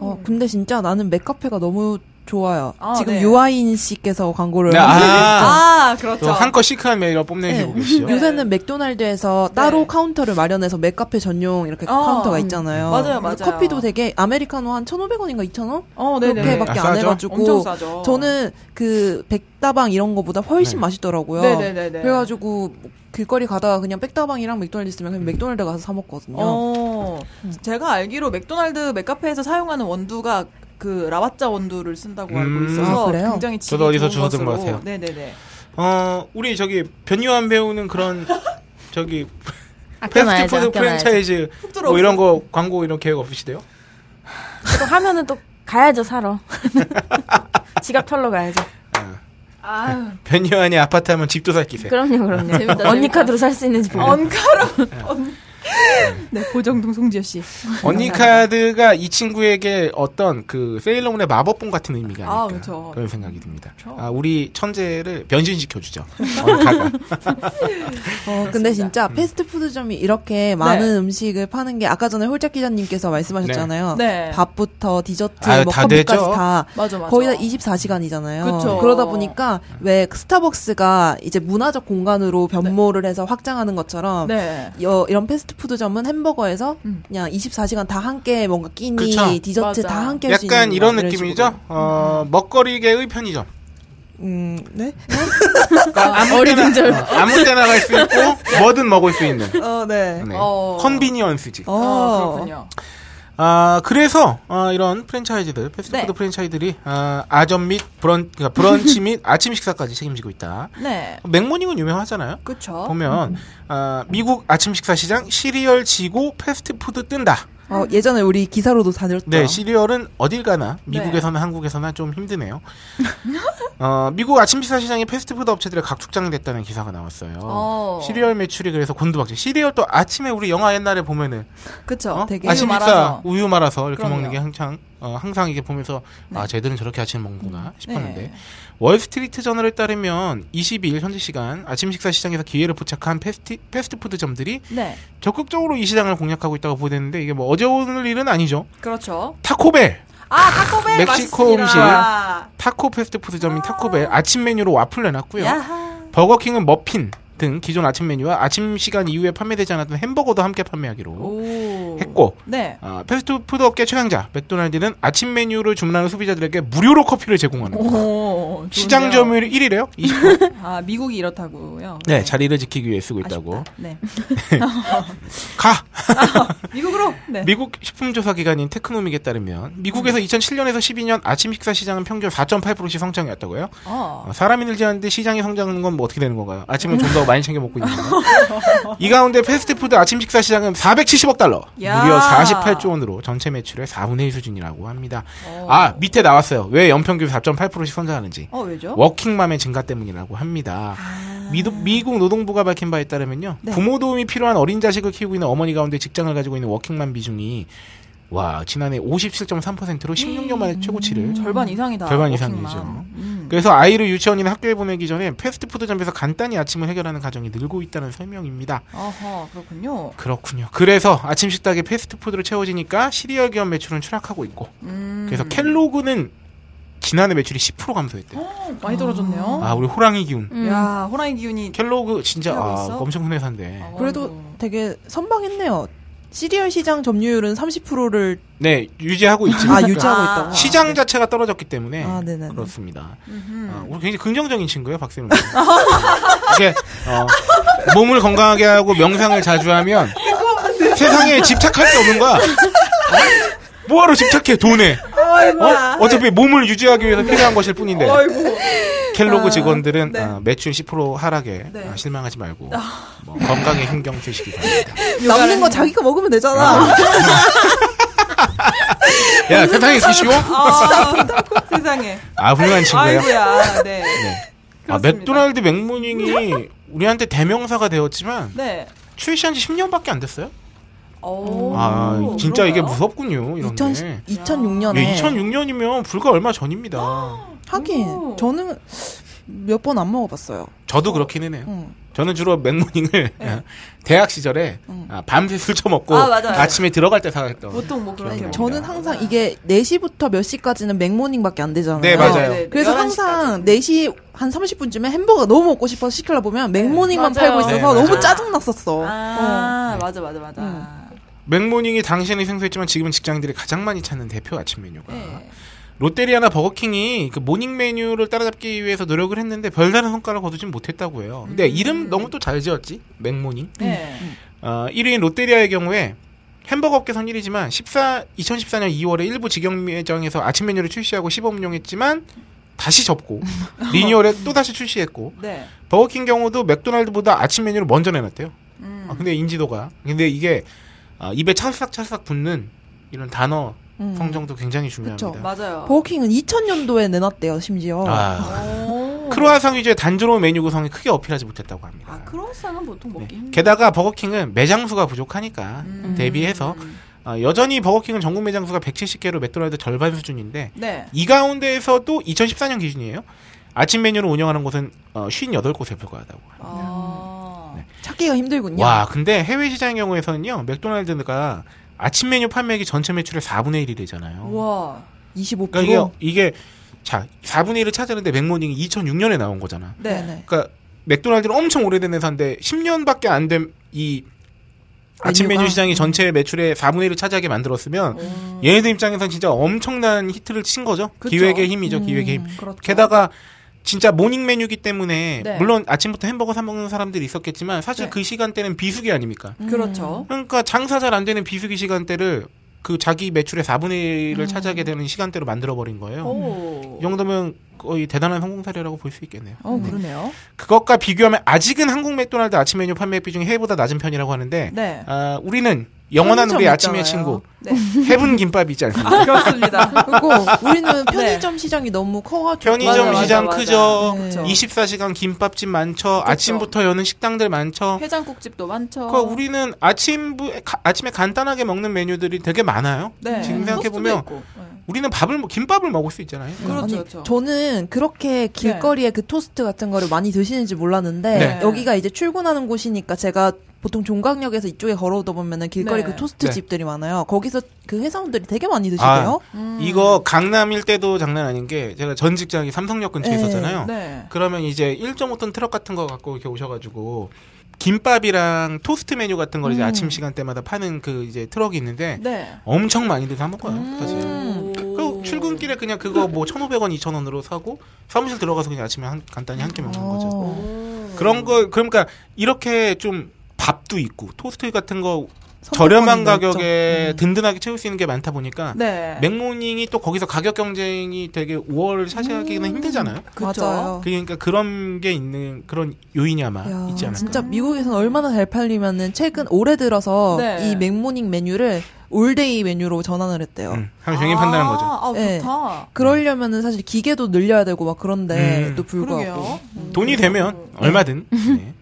어, 근데 진짜 나는 맥카페가 너무 좋아요.
아,
지금
네.
유아인 씨께서 광고를
네, 아,
아,
또
그렇죠.
한껏 시크한 메일을 뽐내시고 계시죠.
요새는 맥도날드에서 따로
네.
카운터를 마련해서 맥카페 전용 이렇게
어,
카운터가 있잖아요.
맞아요,
그래서
맞아요.
커피도 되게 아메리카노 한 1,500원인가 2,000원?
어, 네네.
아,
그렇게밖에 안
싸죠?
엄청
해가지고
싸죠.
저는 그 백다방 이런 거보다 훨씬
네.
맛있더라고요.
네네네네.
그래가지고 뭐 길거리 가다가 그냥 백다방이랑 맥도날드 있으면 그냥 맥도날드 가서 사 먹거든요.
어, 제가 알기로 맥도날드 맥카페에서 사용하는 원두가 그 라왓자 원두를 쓴다고 알고
음.
있어서
아, 그래요?
굉장히 질이
저도 어디서
좋은
주워둔 것
것으로.
같아요.
네네네.
어 우리 저기 변요한 배우는 그런 저기
아껴놔야죠.
패스트푸드
아껴놔야죠.
프랜차이즈
훅 들어오고.
뭐 이런 거 광고 이런 계획 없으시대요?
또 하면은 또 가야죠 사러. 지갑 털러 가야죠.
아유,
변요한이 아파트 하면 집도 살 기세.
그럼요, 그럼요.
재밌다,
언니
재밌다.
카드로 살 수 있는지 보고.
언카로. 언... 네, 고정동 송지효 씨.
언니 카드가 이 친구에게 어떤 그 세일러문의 마법봉 같은 의미가 아닐까
아, 그렇죠.
그런 생각이 듭니다.
그렇죠.
아, 우리 천재를 변신시켜 주죠. 언니 카드가.
어, 근데
음.
진짜 패스트푸드점이 이렇게
네.
많은 음식을 파는 게 아까 전에 홀짝 기자님께서 말씀하셨잖아요.
네.
밥부터 디저트,
아유,
뭐
다
커피까지
되죠.
다
맞아, 맞아.
거의 다 24시간이잖아요.
그쵸.
러다 보니까 왜그 스타벅스가 이제 문화적 공간으로 변모를 해서 확장하는 것처럼
네.
여- 이런 패스트푸드점은 햄버거에서
음.
그냥 24시간 다 함께 뭔가 끼니,
그쵸.
디저트
맞아.
다 함께 할 수 있는
약간 이런
거,
느낌이죠. 어,
음.
먹거리계의 편의점.
식으로. 음, 네.
아무 때나, 어, 아무 때나 갈 수 있고 뭐든 먹을 수 있는.
어, 네.
네.
어.
컨비니언스지.
어,
어, 그렇군요.
아, 그래서, 아, 이런 프랜차이즈들, 패스트푸드
네.
프랜차이들이, 아, 아점 및 브런, 그러니까 브런치 및 아침 식사까지 책임지고 있다. 어,
네.
맥모닝은 유명하잖아요.
그쵸.
보면, 아, 미국 아침 식사 시장 시리얼 지고 패스트푸드 뜬다.
어, 예전에 우리 기사로도 다녔죠.
네, 시리얼은 어딜 가나,
그렇죠. 네.
미국에서나 한국에서나 좀 힘드네요. 어, 미국 아침 식사 시장이 패스트푸드 업체들의 각축장됐다는 기사가 나왔어요.
어.
시리얼 매출이 그래서 곤두박질. 시리얼 또 아침에 우리 영화 옛날에 보면은
그쵸.
어?
되게
아침
우유
식사
말아서.
우유 말아서 이렇게
그럼요.
먹는 게 항상 어, 항상 이게 보면서 아 쟤들은 저렇게 아침 먹는구나 싶었는데
네.
월스트리트 저널에 따르면 22일 현지 시간 아침 식사 시장에서 기회를 포착한 패스트 패스트푸드점들이
네.
적극적으로 이 시장을 공략하고 있다고 보도했는데 이게 뭐 어제 오늘 일은 아니죠.
그렇죠.
타코벨
아, 타코벨
멕시코
맛있습니다.
타코 패스트푸드점인 타코벨 아침 메뉴로 와플 내놨고요.
야하.
버거킹은 머핀 등 기존 아침 메뉴와 아침 시간 이후에 판매되지 않았던 햄버거도 함께 판매하기로
오.
했고
네.
아, 패스트푸드 업계 최강자 맥도날드는 아침 메뉴를 주문하는 소비자들에게 무료로 커피를 제공하는 다
오.
시장
좋은데요.
점유율 1위래요. 20%.
아, 미국이 이렇다고요.
네, 자리를 지키기 위해 쓰고 있다고.
아쉽다. 네.
가.
미국으로. 네. 음.
미국 식품 조사 기관인 테크노믹에 따르면 미국에서 2007년에서 12년 아침 식사 시장은 평균 4.8%씩 성장했다고요.
어.
어, 사람이 늘지 않는데 시장이 성장하는 건 뭐 어떻게 되는 건가요? 아침을 좀 더 많이 챙겨 먹고 있는 건가요? 이 가운데 패스트푸드 아침 식사 시장은 470억 달러,
야.
무려 48조 원으로 전체 매출의 4분의 1 수준이라고 합니다.
어.
아 밑에 나왔어요. 왜 연평균 4.8%씩 성장하는지.
어, 왜죠?
워킹맘의 증가 때문이라고 합니다. 미도- 미국 노동부가 밝힌 바에 따르면요.
네.
부모 도움이 필요한 어린 자식을 키우고 있는 어머니 가운데 직장을 가지고 있는 워킹맘 비중이 와 지난해 57.3%로 16년 만에 최고치를
음. 절반 이상이다.
절반
워킹맘.
이상이죠.
음.
그래서 아이를 유치원이나 학교에 보내기 전에 패스트푸드점에서 간단히 아침을 해결하는 가정이 늘고 있다는 설명입니다.
어허, 그렇군요.
그렇군요. 그래서 아침 식탁에 패스트푸드로 채워지니까 시리얼 기업 매출은 추락하고 있고
음.
그래서 켈로그는 지난해 매출이 10% 감소했대. 요
어, 많이 떨어졌네요.
아 우리 호랑이 기운.
음.
야, 호랑이 기운이.
켈로그 진짜
하고
아,
있어?
엄청 큰 회사인데.
어,
그래도
아,
되게 선방했네요. 시리얼 시장 점유율은 30%를
네 유지하고 있지만
아
그러니까
유지하고
아.
있다고.
시장 자체가 떨어졌기 때문에
아, 네네네.
그렇습니다.
음흠.
아, 우리 굉장히 긍정적인 친구예요, 박세롬. 씨. 이게 어, 몸을 건강하게 하고 명상을 자주 하면 세상에 집착할 게 없는 거야. 어? 뭐하러 집착해 돈에? 어? 어차피 몸을 유지하기 위해서 필요한 것일 뿐인데.
아이고.
켈로그
아,
직원들은
네.
아, 매출 10% 하락에
네.
아, 실망하지 말고 뭐 건강에 신경 쓰시기 바랍니다.
남는 거 자기가 먹으면 되잖아.
야 세상에 그 쉬워?
아, 세상에.
아 훌륭한 친구예요.
아이고야, 네.
네. 아,
그렇습니다.
맥도날드 맥모닝이 우리한테 대명사가 되었지만
네.
출시한 지 10년밖에 안 됐어요.
오,
아 진짜
그런가요?
이게 무섭군요. 이런
2000,
게.
2006년에.
예, 2006년이면 불과 얼마 전입니다.
오.
하긴 저는 몇 번 안 먹어봤어요.
저도 그렇기는 해요.
음.
응.
저는 주로 맥모닝을 아, 대학 시절에
음.
아, 밤새 술 처먹고
예. 아, 맞아요.
침에 들어갈 때 사갔던.
보통 뭐 그런
그러니까.
저는 항상 이게 4시부터 몇 시까지는 맥모닝밖에 안 되잖아요.
네, 맞아요.
그래서 항상 4시 한 30분쯤에 햄버거 너무 먹고 싶어서 시키려 보면 맥모닝만
맞아요.
팔고 있어서
네, 맞아요.
너무 짜증났었어.
아,
네.
맞아, 맞아, 맞아.
음. 맥모닝이 당시에는 생소했지만 지금은 직장인들이 가장 많이 찾는 대표 아침 메뉴가
네.
롯데리아나 버거킹이 그 모닝 메뉴를 따라잡기 위해서 노력을 했는데 별다른 성과를 거두진 못했다고 해요.
음.
근데 이름 너무 또 잘 지었지? 맥모닝.
네.
어, 1위인 롯데리아의 경우에 햄버거 업계선 1위지만 14, 2014년 2월에 일부 직영 매장에서 아침 메뉴를 출시하고 시범용했지만 다시 접고 리뉴얼에 또 다시 출시했고
네.
버거킹 경우도 맥도날드보다 아침 메뉴를 먼저 내놨대요.
음.
아, 근데 인지도가 근데 이게 아, 입에 찰싹찰싹 붙는 이런 단어
음.
성정도 굉장히 중요합니다.
그쵸.
맞아요.
버거킹은 2000년도에 내놨대요, 심지어.
아,
오.
크로아상 위주의 단조로운 메뉴 구성에 크게 어필하지 못했다고 합니다.
아, 크로스는 보통
네.
먹기 힘들어.
게다가 버거킹은 매장 수가 부족하니까
음.
대비해서 아, 여전히 버거킹은 전국 매장 수가 170개로 맥도날드 절반 수준인데
네.
이 가운데에서도 2014년 기준이에요. 아침 메뉴를 운영하는 곳은 어, 58곳에 불과하다고. 합니다.
아.
네.
찾기가 힘들군요.
와, 근데 해외 시장의 경우에서는요. 맥도날드가 아침 메뉴 판매액이 전체 매출의 4분의 1이 되잖아요.
우와.
25%.
그러니까 이게, 이게 자 4분의 1을 찾았는데 맥모닝이 2006년에 나온 거잖아.
네.
네네.
그러니까 맥도날드는 엄청 오래된 회사인데 10년밖에 안 된 이 아침 메뉴
메뉴가?
시장이 전체 매출의 4분의 1을 차지하게 만들었으면 얘네들 입장에선 진짜 엄청난 히트를 친 거죠.
그쵸.
기획의 힘이죠. 기획의 힘.
그렇죠.
게다가 진짜 모닝 메뉴기 때문에
네.
물론 아침부터 햄버거 사 먹는 사람들이 있었겠지만 사실
네.
그 시간대는 비수기 아닙니까?
그렇죠.
그러니까 장사 잘 안 되는 비수기 시간대를 그 자기 매출의 4분의 1을 차지하게 되는 시간대로 만들어 버린 거예요.
음. 오.
이 정도면 거의 대단한 성공 사례라고 볼 수 있겠네요.
어, 그러네요.
그것과 비교하면 아직은 한국 맥도날드 아침 메뉴 판매 비중이 해외보다 낮은 편이라고 하는데
네.
아, 우리는 영원한 우리 아침의 친구
네.
해븐 김밥이 있지 않습니까?
아, 그렇습니다.
그리고 우리는 편의점 시장이 너무 커가지고.
편의점
맞아,
시장
맞아.
크죠.
네.
그쵸.
24시간 김밥집 많죠. 아침부터 여는 식당들 많죠.
해장국집도 많죠.
어. 그러니까 우리는 아침부 가- 아침에 간단하게 먹는 메뉴들이 되게 많아요.
네.
지금 생각해 보면
토스트도 있고. 네.
우리는 밥을 먹- 김밥을 먹을 수 있잖아요.
그렇죠,
아니,
그렇죠.
저는 그렇게 길거리에 그 토스트 같은 거를 많이 드시는지 몰랐는데
네.
여기가 이제 출근하는 곳이니까 제가 보통 종각역에서 이쪽에 걸어오다 보면은 길거리
네.
그 토스트
네.
집들이 많아요. 거기서 그 회사원들이 되게 많이 드시대요.
아,
음.
이거 강남일 때도 장난 아닌 게 제가 전 직장이 삼성역 근처에
네.
있었잖아요.
네.
그러면 이제 1.5톤 트럭 같은 거 갖고 이렇게 오셔가지고 김밥이랑 토스트 메뉴 같은 걸 이제
음.
아침 시간대마다 파는 그 이제 트럭이 있는데
네.
엄청 많이들 사 먹어요 사실.
음.
그 출근길에 그냥 그거 뭐 1,500원, 2,000원으로 사고 사무실 들어가서 그냥 아침에 한- 간단히 한 끼 먹는 거죠.
어.
그런 거 그러니까 이렇게 좀 밥도 있고 토스트 같은 거
선택권이
저렴한
넓죠.
가격에
음.
든든하게 채울 수 있는 게 많다 보니까
네.
맥모닝이 또 거기서 가격 경쟁이 되게 우월을 차지하기는
음.
힘들잖아요.
그쵸?
맞아요.
그러니까 그런 게 있는 그런 요인이 아마
야,
있지 않을까.
진짜 미국에서는 얼마나 잘 팔리면은 최근 올해 들어서
네.
이 맥모닝 메뉴를 올데이 메뉴로 전환을 했대요.
음, 하면 굉장히 판단한 거죠.
아,
네.
좋다.
그러려면은 사실 기계도 늘려야 되고 막 그런데
음.
또 불구하고
그러게요.
아. 음.
돈이 되면 얼마든. 네.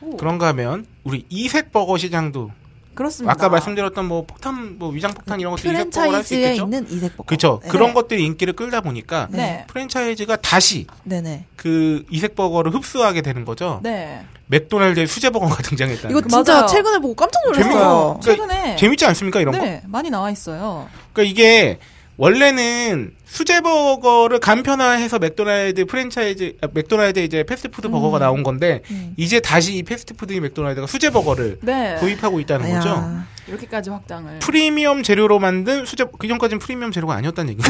오.
그런가 하면 우리 이색 버거 시장도
그렇습니다.
아까 말씀드렸던 뭐 폭탄, 뭐 위장 폭탄 이런 것도 이색법을 할 수
프랜차이즈에
있겠죠.
있는 이색법.
그렇죠.
네.
그런 것들이 인기를 끌다 보니까
네.
프랜차이즈가 다시
네네.
그 이색 버거를 흡수하게 되는 거죠.
네.
맥도날드의 수제 버거가 등장했다.
이거
는
그
진짜
맞아요.
최근에 보고 깜짝
네. 재밌어요.
놀랐어요.
그러니까
최근에
재밌지 않습니까 이런 거?
네, 많이 나와 있어요.
그러니까 이게 원래는 수제 버거를 간편화해서 맥도날드 프랜차이즈 아, 맥도날드 이제 패스트푸드 버거가 나온 건데 이제 다시 이 패스트푸드 맥도날드가 수제 버거를
네.
도입하고 있다는
아야.
거죠.
이렇게까지 확장을.
프리미엄 재료로 만든 수제 그 전까지는 프리미엄 재료가 아니었다는 얘기예요.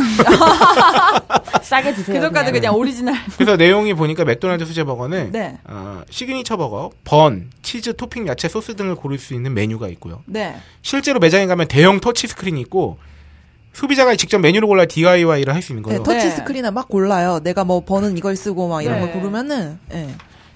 싸게 드세요.
그전까지 그냥 오리지널.
그래서 내용이 보니까 맥도날드 수제 버거는
네.
어, 시그니처 버거, 번, 치즈, 토핑, 야채, 소스 등을 고를 수 있는 메뉴가 있고요.
네.
실제로 매장에 가면 대형 터치 스크린이 있고 소비자가 직접 메뉴를 골라 DIY를 할 수 있는 거예요.
네, 터치
네.
스크린에 막 골라요. 내가 뭐 버는 이걸 쓰고 막 이런
네.
걸 고르면은 예.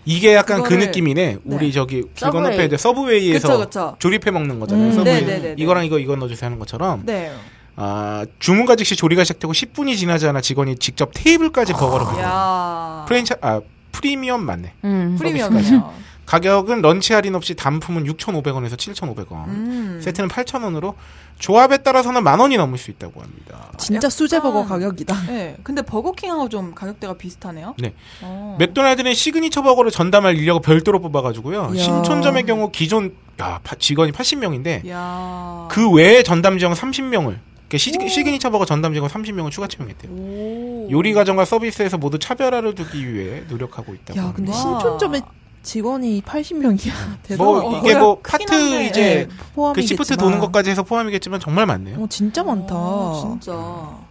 이게 약간 그
그거를-
느낌이네. 우리
네.
저기 길
서브웨이.
건너편에 이제 서브웨이에서
그쵸, 그쵸.
조립해 먹는 거잖아요.
음.
서브웨이
네, 네, 네, 네.
이거랑 이거 이거 넣어주세요 하는 것처럼
네.
아, 주문과 즉시 조리가 시작되고 10분이 지나지 않아 직원이 직접 테이블까지 버거를 아,
야.
프랜차 아 프리미엄 맞네.
음.
프리미엄이요.
가격은 런치 할인 없이 단품은 6,500원에서 7,500원.
음.
세트는 8,000원으로 조합에 따라서는 만 원이 넘을 수 있다고 합니다.
진짜 수제버거
약간-
가격이다.
네. 근데 버거킹하고 좀 가격대가 비슷하네요.
네.
어.
맥도날드는 시그니처 버거를 전담할 인력을 별도로 뽑아가지고요.
이야.
신촌점의 경우 기존 야, 파- 직원이 80명인데
야.
그 외에 전담 직원 30명을 시, 그니처 버거 전담 직원 30명을 추가 채용했대요.
오.
요리 과정과 서비스에서 모두 차별화를 두기 위해 노력하고 있다고.
야, 근데
합니다.
와.
신촌점에 직원이 80명이야. 대단하다.
뭐 이게
어,
뭐
크긴
파트
한데,
이제
포함이
그 시프트 도는 것까지 해서 포함이겠지만 정말 많네요.
어, 진짜 많다.
어, 진짜.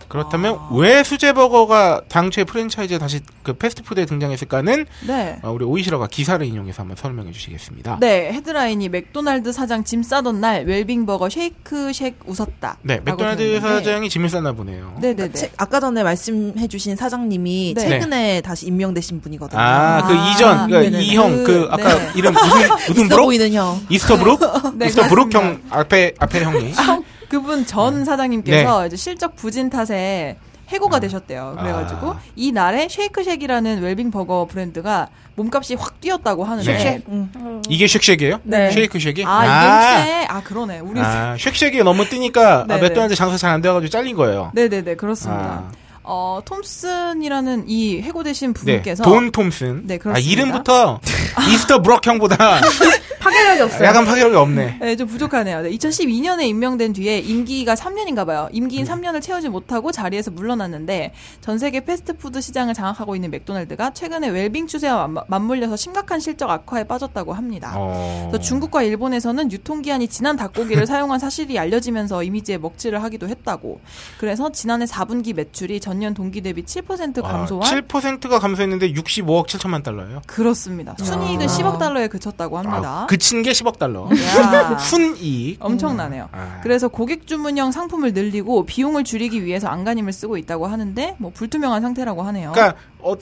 그렇다면
아.
왜 수제 버거가 당초에 프랜차이즈에 다시 그 패스트푸드에 등장했을까는
네.
어, 우리 오이시러가 기사를 인용해서 한번 설명해 주시겠습니다.
네, 헤드라인이 맥도날드 사장 짐 싸던 날 웰빙버거 쉐이크 쉑 웃었다.
네, 맥도날드 사장이 짐을 쌌나 보네요.
네, 네,
그러니까
네.
책- 아까 전에 말씀해주신 사장님이
네.
최근에 다시 임명되신 분이거든요.
아, 그
아,
이전 그러니까
네네네.
이 형 그
그,
아까
네.
이름 무슨 무슨
있어
브록
보이는 형.
이스터 브룩
네,
이스터 브룩
그렇습니다.
형 앞에 앞에 형이
그분 전
네.
사장님께서 이제 실적 부진 탓에 해고가 되셨대요. 그래가지고
음. 아.
이 날에 쉐이크쉑이라는 웰빙 버거 브랜드가 몸값이 확 뛰었다고 하는데
쉑쉑.
응.
이게 쉑쉑이에요?
네.
쉐이크 쉑이?
아, 이게 혹시 아 그러네. 우리
아, 쉑쉑이 너무 뜨니까 아,
네네.
맥도날드 장사 잘 안 돼가지고 잘린 거예요.
네네네 그렇습니다.
아,
어 톰슨이라는 이 해고되신
네,
분께서
돈 톰슨.
네,
아,
그렇습니다.
이름부터 이스터 브록 형보다
파괴력이 없어요.
약간 파괴력이 없네.
네, 좀 부족하네요. 2012년에 임명된 뒤에 임기가 3년인가 봐요.
네.
임기인 3년을 채우지 못하고 자리에서 물러났는데 전 세계 패스트푸드 시장을 장악하고 있는 맥도날드가 최근에 웰빙 추세와 맞- 맞물려서 심각한 실적 악화에 빠졌다고 합니다.
어.
그래서 아. 중국과 일본에서는 유통기한이 지난 닭고기를 사용한 사실이 알려지면서 이미지에 먹칠을 하기도 했다고. 그래서 지난해 4분기 매출이 전년 동기 대비 7%
와,
감소한
7%가 아, 감소했는데 65억 7천만 달러예요.
그렇습니다. 순이익은
아.
10억 달러에 그쳤다고 합니다.
아, 그친 게 10억 달러.
야.
순이익.
엄청나네요.
아.
그래서 고객 주문형 상품을 늘리고 비용을 줄이기 위해서 안간힘을 쓰고 있다고 하는데 뭐 불투명한 상태라고 하네요.
그러니까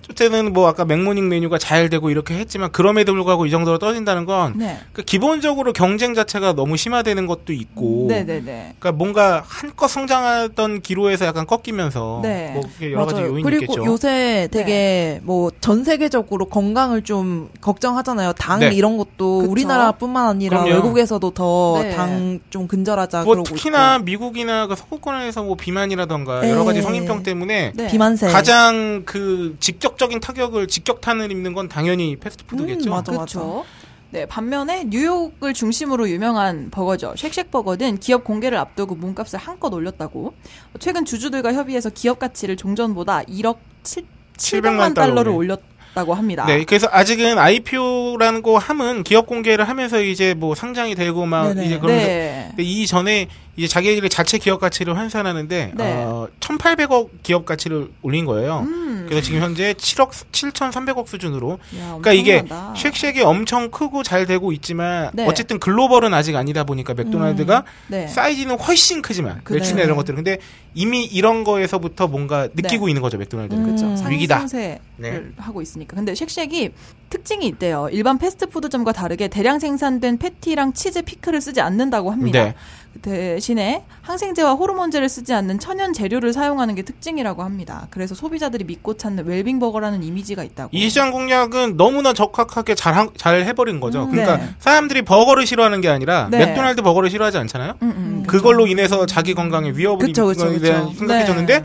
어쨌든 뭐 아까 맥모닝 메뉴가 잘 되고 이렇게 했지만 그럼에도 불구하고 이 정도로 떨어진다는 건
네.
그 기본적으로 경쟁 자체가 너무 심화되는 것도 있고
음, 네네네.
그러니까 뭔가 한껏 성장하던 기로에서 약간 꺾이면서
네.
뭐 이렇게 여러 가지 요인이
그리고
있겠죠.
요새 되게 뭐 전 세계적으로 건강을 좀 걱정하잖아요. 당
네.
이런 것도
그쵸.
우리나라뿐만 아니라
그럼요.
외국에서도 더
네.
당 좀 근절하자
뭐
그러고
특히나 미국이나 그 서구권에서 뭐 비만이라던가
네.
여러 가지 성인병 때문에
네.
있고. 비만세
가장 그 직접적인 타격을 직격탄을 입는 건 당연히 패스트푸드겠죠.
음, 맞아.
그렇죠. 네, 반면에 뉴욕을 중심으로 유명한 버거죠. 쉑쉑버거는 기업 공개를 앞두고 몸값을 한껏 올렸다고. 최근 주주들과 협의해서 기업 가치를 종전보다 1억 7, 700만 달러를
달러로.
올렸다고 합니다.
네, 그래서 아직은 IPO라는 거 함은 기업 공개를 하면서 이제 뭐 상장이 되고 막
네네.
이제 그러면서
네.
근데 이 전에 이제 자기들의 자체 기업 가치를 환산하는데
네.
어, 1,800억 기업 가치를 올린 거예요.
음.
어, 그래서 지금 현재 7억 7,300억 수준으로
야,
그러니까 이게
엄청나다.
쉑쉑이 엄청 크고 잘 되고 있지만
아. 네.
어쨌든 글로벌은 아직 아니다 보니까 맥도날드가
네.
사이즈는 훨씬 크지만
그래요. 네.
매출이나 이런 것들은 근데 이미 이런 거에서부터 뭔가 느끼고 있는 거죠 맥도날드는
그렇죠.
음.
상위
위기다.
상세를
네.
하고 있으니까. 근데 쉑쉑이 특징이 있대요. 일반 패스트푸드점과 다르게 대량 생산된 패티랑 치즈 피클을 쓰지 않는다고 합니다. 그
네.
대신에 항생제와 호르몬제를 쓰지 않는 천연 재료를 사용하는 게 특징이라고 합니다. 그래서 소비자들이 믿고 찾는 웰빙 버거라는 이미지가 있다고.
이 시장 공략은 너무나 적확하게 잘, 한- 잘 해버린 거죠.
음,
그러니까
네.
사람들이 버거를 싫어하는 게 아니라
네.
맥도날드 버거를 싫어하지 않잖아요.
음, 음.
그걸로 인해서 자기 건강에 위협을
그쵸, 그쵸,
입는 거에 대한
그쵸.
네.
생각해줬는데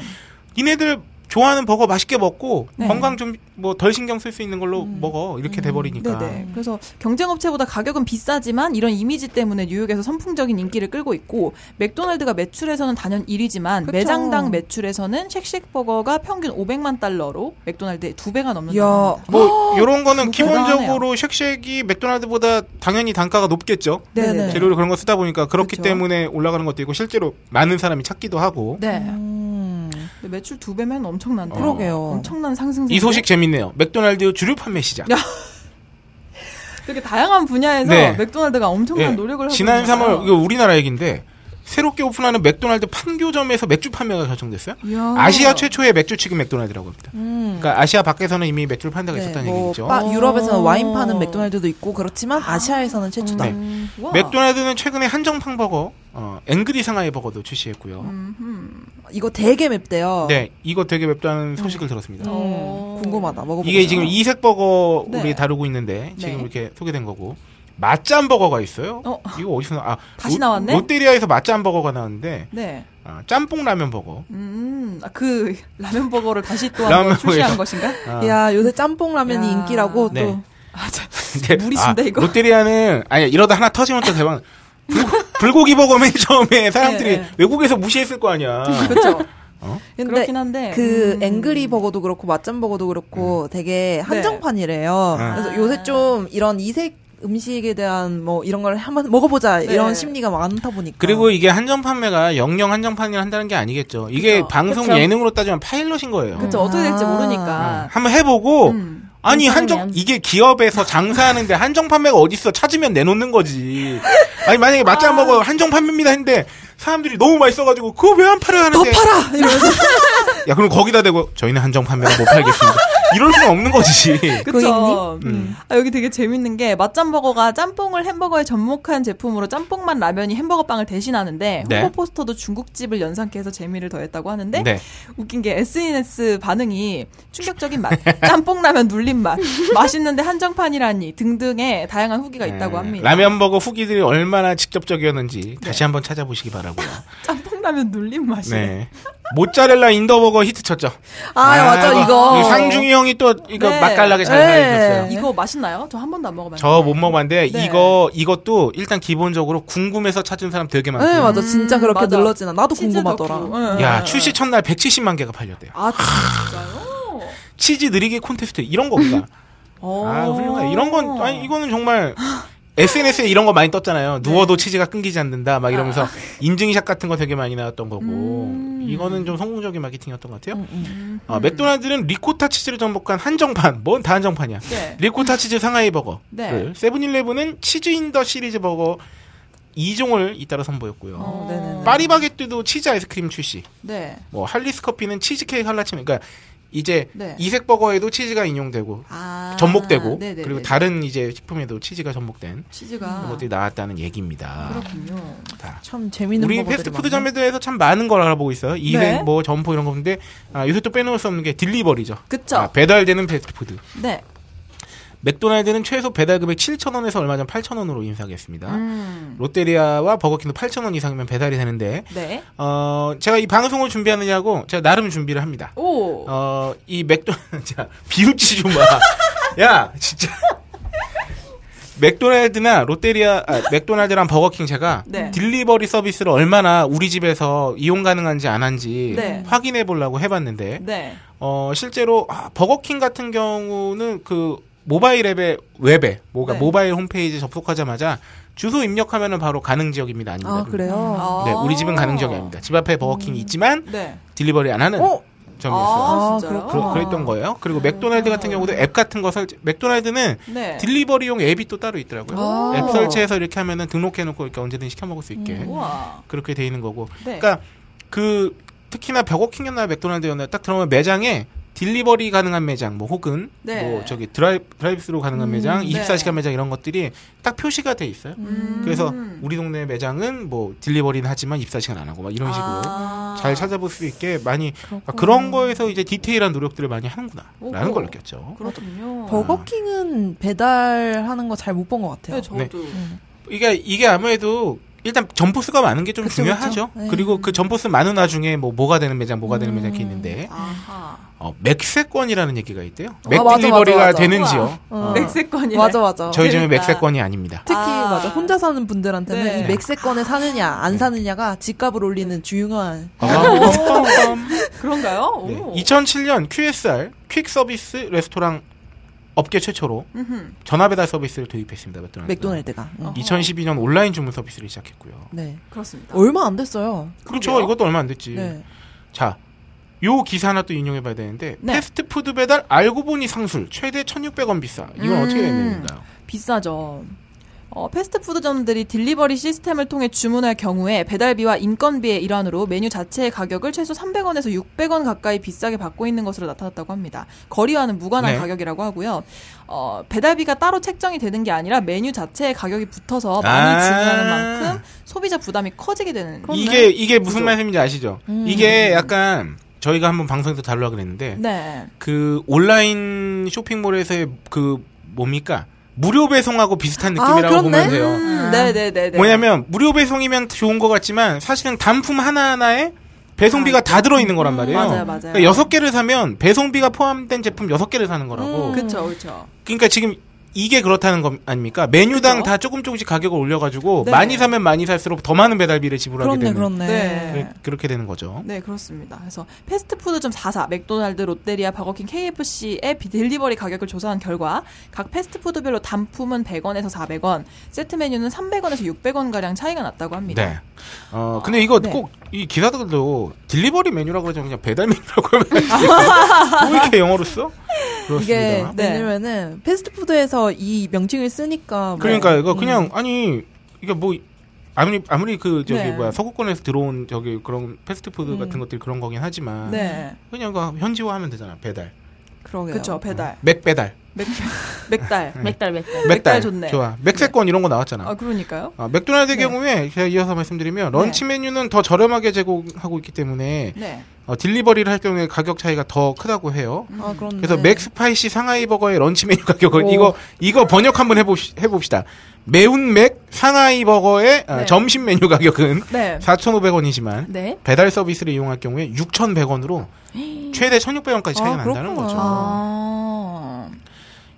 니네들 좋아하는 버거 맛있게 먹고
네. 음.
건강 좀 뭐 덜 신경 쓸 수 있는 걸로 먹어 이렇게 돼버리니까
네네. 그래서 경쟁업체보다 가격은 비싸지만 이런 이미지 때문에 뉴욕에서 선풍적인 인기를 끌고 있고 맥도날드가 매출에서는 단연 1위지만
그쵸.
매장당 매출에서는 쉑쉑버거가 평균 500만 달러로 맥도날드의 두 배가 넘는
야.
돈입니다.
뭐 이런 거는
대단하네요.
기본적으로 쉑쉑이 맥도날드보다 당연히 단가가 높겠죠.
네네. 그렇죠.
재료를 그런 거 쓰다 보니까 그렇기
그쵸.
때문에 올라가는 것도 있고 실제로 많은 사람이 찾기도 하고
네.
음.
근데 매출 두 배면 엄청난데.
그러게요.
엄청난 상승세.
어. 이 소식 재밌네요. 맥도날드 주류 판매 시장.
되게 다양한 분야에서
네.
맥도날드가 엄청난
예.
노력을 하고
지난
있는
3월 이거
거예요.
우리나라 얘기인데 새롭게 오픈하는 맥도날드 판교점에서 맥주 판매가 결정됐어요.
이야.
아시아 최초의 맥주 치킨 맥도날드라고 합니다.
음.
그러니까 아시아 밖에서는 이미 맥주를
네,
파는 데가 그러니까 있었다는
뭐
얘기죠.
바- 유럽에서는
어.
와인 파는 맥도날드도 있고 그렇지만 아시아에서는 최초다.
네.
와.
맥도날드는 최근에 한정판 버거, 어, 앵그리 상하이 버거도 출시했고요.
음흠.
이거 되게 맵대요. 음.
네, 이거 되게 맵다는 소식을 들었습니다.
어.
궁금하다. 먹어보고
이게 지금 이색 버거
네.
우리 다루고 있는데 지금
네.
이렇게 소개된 거고 맛짬 버거가 있어요.
어.
이거 어디서 나? 아
다시
로-
나왔네?
롯데리아에서 맛짬 버거가 나왔는데
네.
아, 짬뽕 라면 버거.
음, 아, 그 라면 버거를 다시 또 한 번
라면
출시한
버거에서.
것인가?
아.
야 요새 짬뽕 라면이
야.
인기라고
네.
또
아, 자,
근데 아,
물이 쓴다, 이거?
롯데리아는 아니 이러다 하나 터지면 또 대박. 불고, 기 버거 맨 처음에 사람들이
예, 예.
외국에서 무시했을 거 아니야.
그렇죠.
어?
근데
그렇긴 한데
그
음.
앵그리 버거도 그렇고 맛점 버거도 그렇고
음.
되게 한정판이래요.
네.
그래서 요새 좀 이런 이색 음식에 대한 뭐 이런 걸 한번 먹어보자
네.
이런 심리가 많다 보니까
그리고 이게 한정 판매가 영영 한정 판매를 한다는 게 아니겠죠. 이게
그렇죠. 그쵸.
방송
그쵸.
예능으로 따지면 파일럿인 거예요.
그쵸 어떻게 될지
아.
아,
모르니까
한번 해보고
그렇죠. 음.
아니 한정
괜찮으면.
이게 기업에서 장사하는데 한정 판매가 어디 있어 찾으면 내놓는 거지. 아니 만약에 맞지 안 먹어 한정 판매입니다 했는데 사람들이 너무 맛있어가지고 그거 왜 안 팔아요
더
하는데
팔아 이러면서
야 그럼 거기다 대고 저희는 한정 판매가 못 팔겠습니다. 이럴 수는 없는 거지.
그쵸
음.
아, 여기 되게 재밌는 게 맛짬버거가 짬뽕을 햄버거에 접목한 제품으로 짬뽕만 라면이 햄버거 빵을 대신하는데
네.
홍보 포스터도 중국집을 연상케 해서 재미를 더했다고 하는데
네.
웃긴 게 SNS 반응이 충격적인 맛, 짬뽕 라면 눌린 맛, 맛있는데 한정판이라니 등등의 다양한 후기가 있다고
네.
합니다.
라면 버거 후기들이 얼마나 직접적이었는지 다시 한번 찾아보시기 바라고요.
짬뽕 라면 눌린 맛이네.
네. 모짜렐라 인더버거 히트 쳤죠.
아, 맞아
이거
이거
이 상중이 형이 또 이거
네.
맛깔나게 잘
네.
만들었어요.
이거 맛있나요? 저 한 번도 안 먹어봤는데.
저 못 먹어봤는데
네.
이거 이것도 일단 기본적으로 궁금해서 찾은 사람 되게 많고.
네
요
맞아 진짜 그렇게
맞아.
늘러지나 나도
치즈 넣고.
궁금하더라 어,
응,
야
응,
출시 첫날 170만 개가 팔렸대요.
응. 아 진짜요?
치즈 느리기 콘테스트 이런 겁니다. 아 훌륭해. 이런 건 아니 이거는 정말 SNS에 이런 거 많이 떴잖아요. 누워도 치즈가 끊기지 않는다 막 이러면서 인증샷 같은 거 되게 많이 나왔던 거고 이거는 좀 성공적인 마케팅이었던 것 같아요.
음.
아, 맥도날드는 리코타 치즈를 전복한 한정판 뭔 다 한정판이야.
네.
리코타 치즈 상하이 버거.
네.
를 세븐일레븐은 치즈 인더 시리즈 버거 2종을 잇따라 선보였고요.
어,
네네네.
파리바게뜨도 치즈 아이스크림 출시.
네.
뭐 할리스 커피는 치즈케이크 한라침. 그러니까 이제
네.
이색 버거에도 치즈가 인용되고
아,
접목되고
네네네.
그리고 다른 이제 식품에도 치즈가 접목된
치즈가
그런 것들이 나왔다는 얘기입니다.
그렇군요.
참 재밌는
우리
버거들이 많네. 네.
패스트푸드점에 대해서 참 많은 걸 알아보고 있어요. 이색 뭐 점포 이런 건데 아, 요새 또 빼놓을 수 없는 게 딜리버리죠.
그쵸.
아, 배달되는 패스트푸드.
네.
맥도날드는 최소 배달 금액 7,000원에서 얼마 전 8,000원으로 인상했습니다.
음.
롯데리아와 버거킹도 8,000원 이상이면 배달이 되는데
네.
어, 제가 이 방송을 준비하느냐고 제가 나름 준비를 합니다.
오.
어, 이 맥도, 자, 비웃지 좀 마. 야, 진짜. 맥도날드나 롯데리아, 아, 맥도날드랑 버거킹 제가
네.
딜리버리 서비스를 얼마나 우리 집에서 이용 가능한지 안 한지
네.
확인해 보려고 해봤는데,
네.
어, 실제로, 아, 버거킹 같은 경우는 그 모바일 앱에, 웹에, 뭐가
네.
모바일 홈페이지에 접속하자마자 주소 입력하면은 바로 가능 지역입니다. 아닙니다.
아 그래요
아.
네, 우리 집은 가능 지역이 아닙니다. 집 앞에 버거킹이 있지만
네.
딜리버리 안 하는
어?
점이었어요.
아,
아,
진짜요?
그러, 그랬던 거예요. 그리고 맥도날드 같은 경우도 앱 같은 거 설치, 맥도날드는
네.
딜리버리용 앱이 또 따로 있더라고요.
아.
음. 앱 설치해서 이렇게 하면은 등록해놓고 이렇게 언제든 시켜 먹을 수 있게
우와.
그렇게 돼 있는 거고.
음. 네.
그러니까 그 특히나 버거킹이나 맥도날드였나 딱 들어오면 매장에 딜리버리 가능한 매장, 뭐 혹은
네.
뭐 저기 드라이브 드라이브스루 가능한
음,
매장,
네.
24시간 매장 이런 것들이 딱 표시가 돼 있어요.
음.
그래서 우리 동네 매장은 뭐 딜리버리는 하지만 24시간 안 하고 막 이런 식으로
아.
잘 찾아볼 수 있게 많이 아, 그런 거에서 이제 디테일한 노력들을 많이 하는구나라는
오호.
걸 느꼈죠.
그렇군요.
버거킹은 배달하는 거 잘 못 본 것 같아요.
네, 저도
이게 이게 아무래도 일단 점포 수가 많은 게 좀
그쵸,
중요하죠.
그쵸. 네.
그리고그 점포 수 많은 와중에 뭐 뭐가 되는 매장, 뭐가 되는
음.
매장 이렇게 있는데
아하.
어, 맥세권이라는 얘기가 있대요.
맞아, 맞아,
맥딜리버리가
맞아.
되는지요.
우와. 어.
맥세권이
맞아 맞아.
예. 저희 집은
그러니까.
맥세권이 아닙니다.
특히
아.
맞아 혼자 사는 분들한테는
네.
이 맥세권을 사느냐 안
네.
사느냐가 집값을 올리는 중요한
어.
그런가요? 오.
네, 2007년 QSR 퀵 서비스 레스토랑 업계 최초로
음흠.
전화 배달 서비스를 도입했습니다. 맥도날드.
맥도날드가. 응.
어.
2012년 온라인 주문 서비스를 시작했고요.
네.
그렇습니다.
얼마 안 됐어요.
그렇죠.
그래요?
이것도 얼마 안 됐지.
네.
자, 요 기사 하나 또 인용해 봐야 되는데
네.
패스트푸드 배달 알고 보니 상술 최대 1,600원 비싸. 이건
음.
어떻게 되는가요?
비싸죠. 어, 패스트푸드점들이 딜리버리 시스템을 통해 주문할 경우에 배달비와 인건비의 일환으로 메뉴 자체의 가격을 최소 300원에서 600원 가까이 비싸게 받고 있는 것으로 나타났다고 합니다. 거리와는 무관한
네.
가격이라고 하고요. 어, 배달비가 따로 책정이 되는 게 아니라 메뉴 자체의 가격이 붙어서 많이
아.
주문하는 만큼 소비자 부담이 커지게 되는
이게 이게 무슨 말씀인지 아시죠?
음.
이게 약간 저희가 한번 방송에서 다루려 그랬는데
네.
그 온라인 쇼핑몰에서의 그 뭡니까? 무료 배송하고 비슷한 느낌이라고
그렇네.
보면 돼요.
아, 음, 네, 네, 네, 네.
뭐냐면 무료 배송이면 좋은 것 같지만 사실은 단품 하나하나에 배송비가 다 들어 있는 거란 말이에요.
아, 음, 맞아요, 맞아요.
그러니까 여섯 개를 사면 배송비가 포함된 제품 여섯 개를 사는 거라고.
그렇죠, 그렇죠.
그러니까 지금 이게 그렇다는 거 아닙니까? 메뉴당
그죠?
다 조금 조금씩 가격을 올려가지고
네.
많이 사면 많이 살수록 더 많은 배달비를 지불하게
그렇네
되는
그렇네.
네.
그, 렇게 되는 거죠.
네, 그렇습니다. 그래서 패스트푸드점 4사, 맥도날드, 롯데리아, 버거킹, KFC의 딜리버리 가격을 조사한 결과 각 패스트푸드별로 단품은 100원에서 400원, 세트 메뉴는 300원에서 600원 가량 차이가 났다고 합니다.
네. 어 근데 이거
네.
꼭 이 기사들도 딜리버리 메뉴라고 하지 그냥 배달 메뉴라고 하면 왜 이렇게 영어로 써?
이게
그렇습니다.
네.
왜냐면은 패스트푸드에서 이 명칭을 쓰니까 뭐-
그러니까
네.
이거 그냥 아니 이게 뭐 아무리 아무리 그 저기
음. 네. 음.
뭐야 서구권에서 들어온 저기 그런 패스트푸드 같은 것들이 그런 거긴 하지만
네.
그냥 그 현지화하면 되잖아 배달
아, 그러게요.
그렇죠. 배달.
맥 배달
맥 맥달.
맥달 맥달.
맥달
좋네.
좋아 맥세권 이런 거 나왔잖아
아, 그러니까요.
아, 맥도날드 의
네.
경우에 제가 이어서 말씀드리면 런치 메뉴는 더 저렴하게 제공하고 있기 때문에
네.
어, 딜리버리를 할 경우에 가격 차이가 더 크다고 해요.
아 그렇네.
그래서 맥스파이시 상하이 버거의 런치 메뉴 가격을
오.
이거 이거 번역 한번 해봅시, 해봅시다. 매운 맥 상하이 버거의 아,
네.
점심 메뉴 가격은
네.
4,500원이지만
네.
배달 서비스를 이용할 경우에 6,100원으로 최대 1,600원까지 차이가
아,
난다는
그렇구나.
거죠.
아.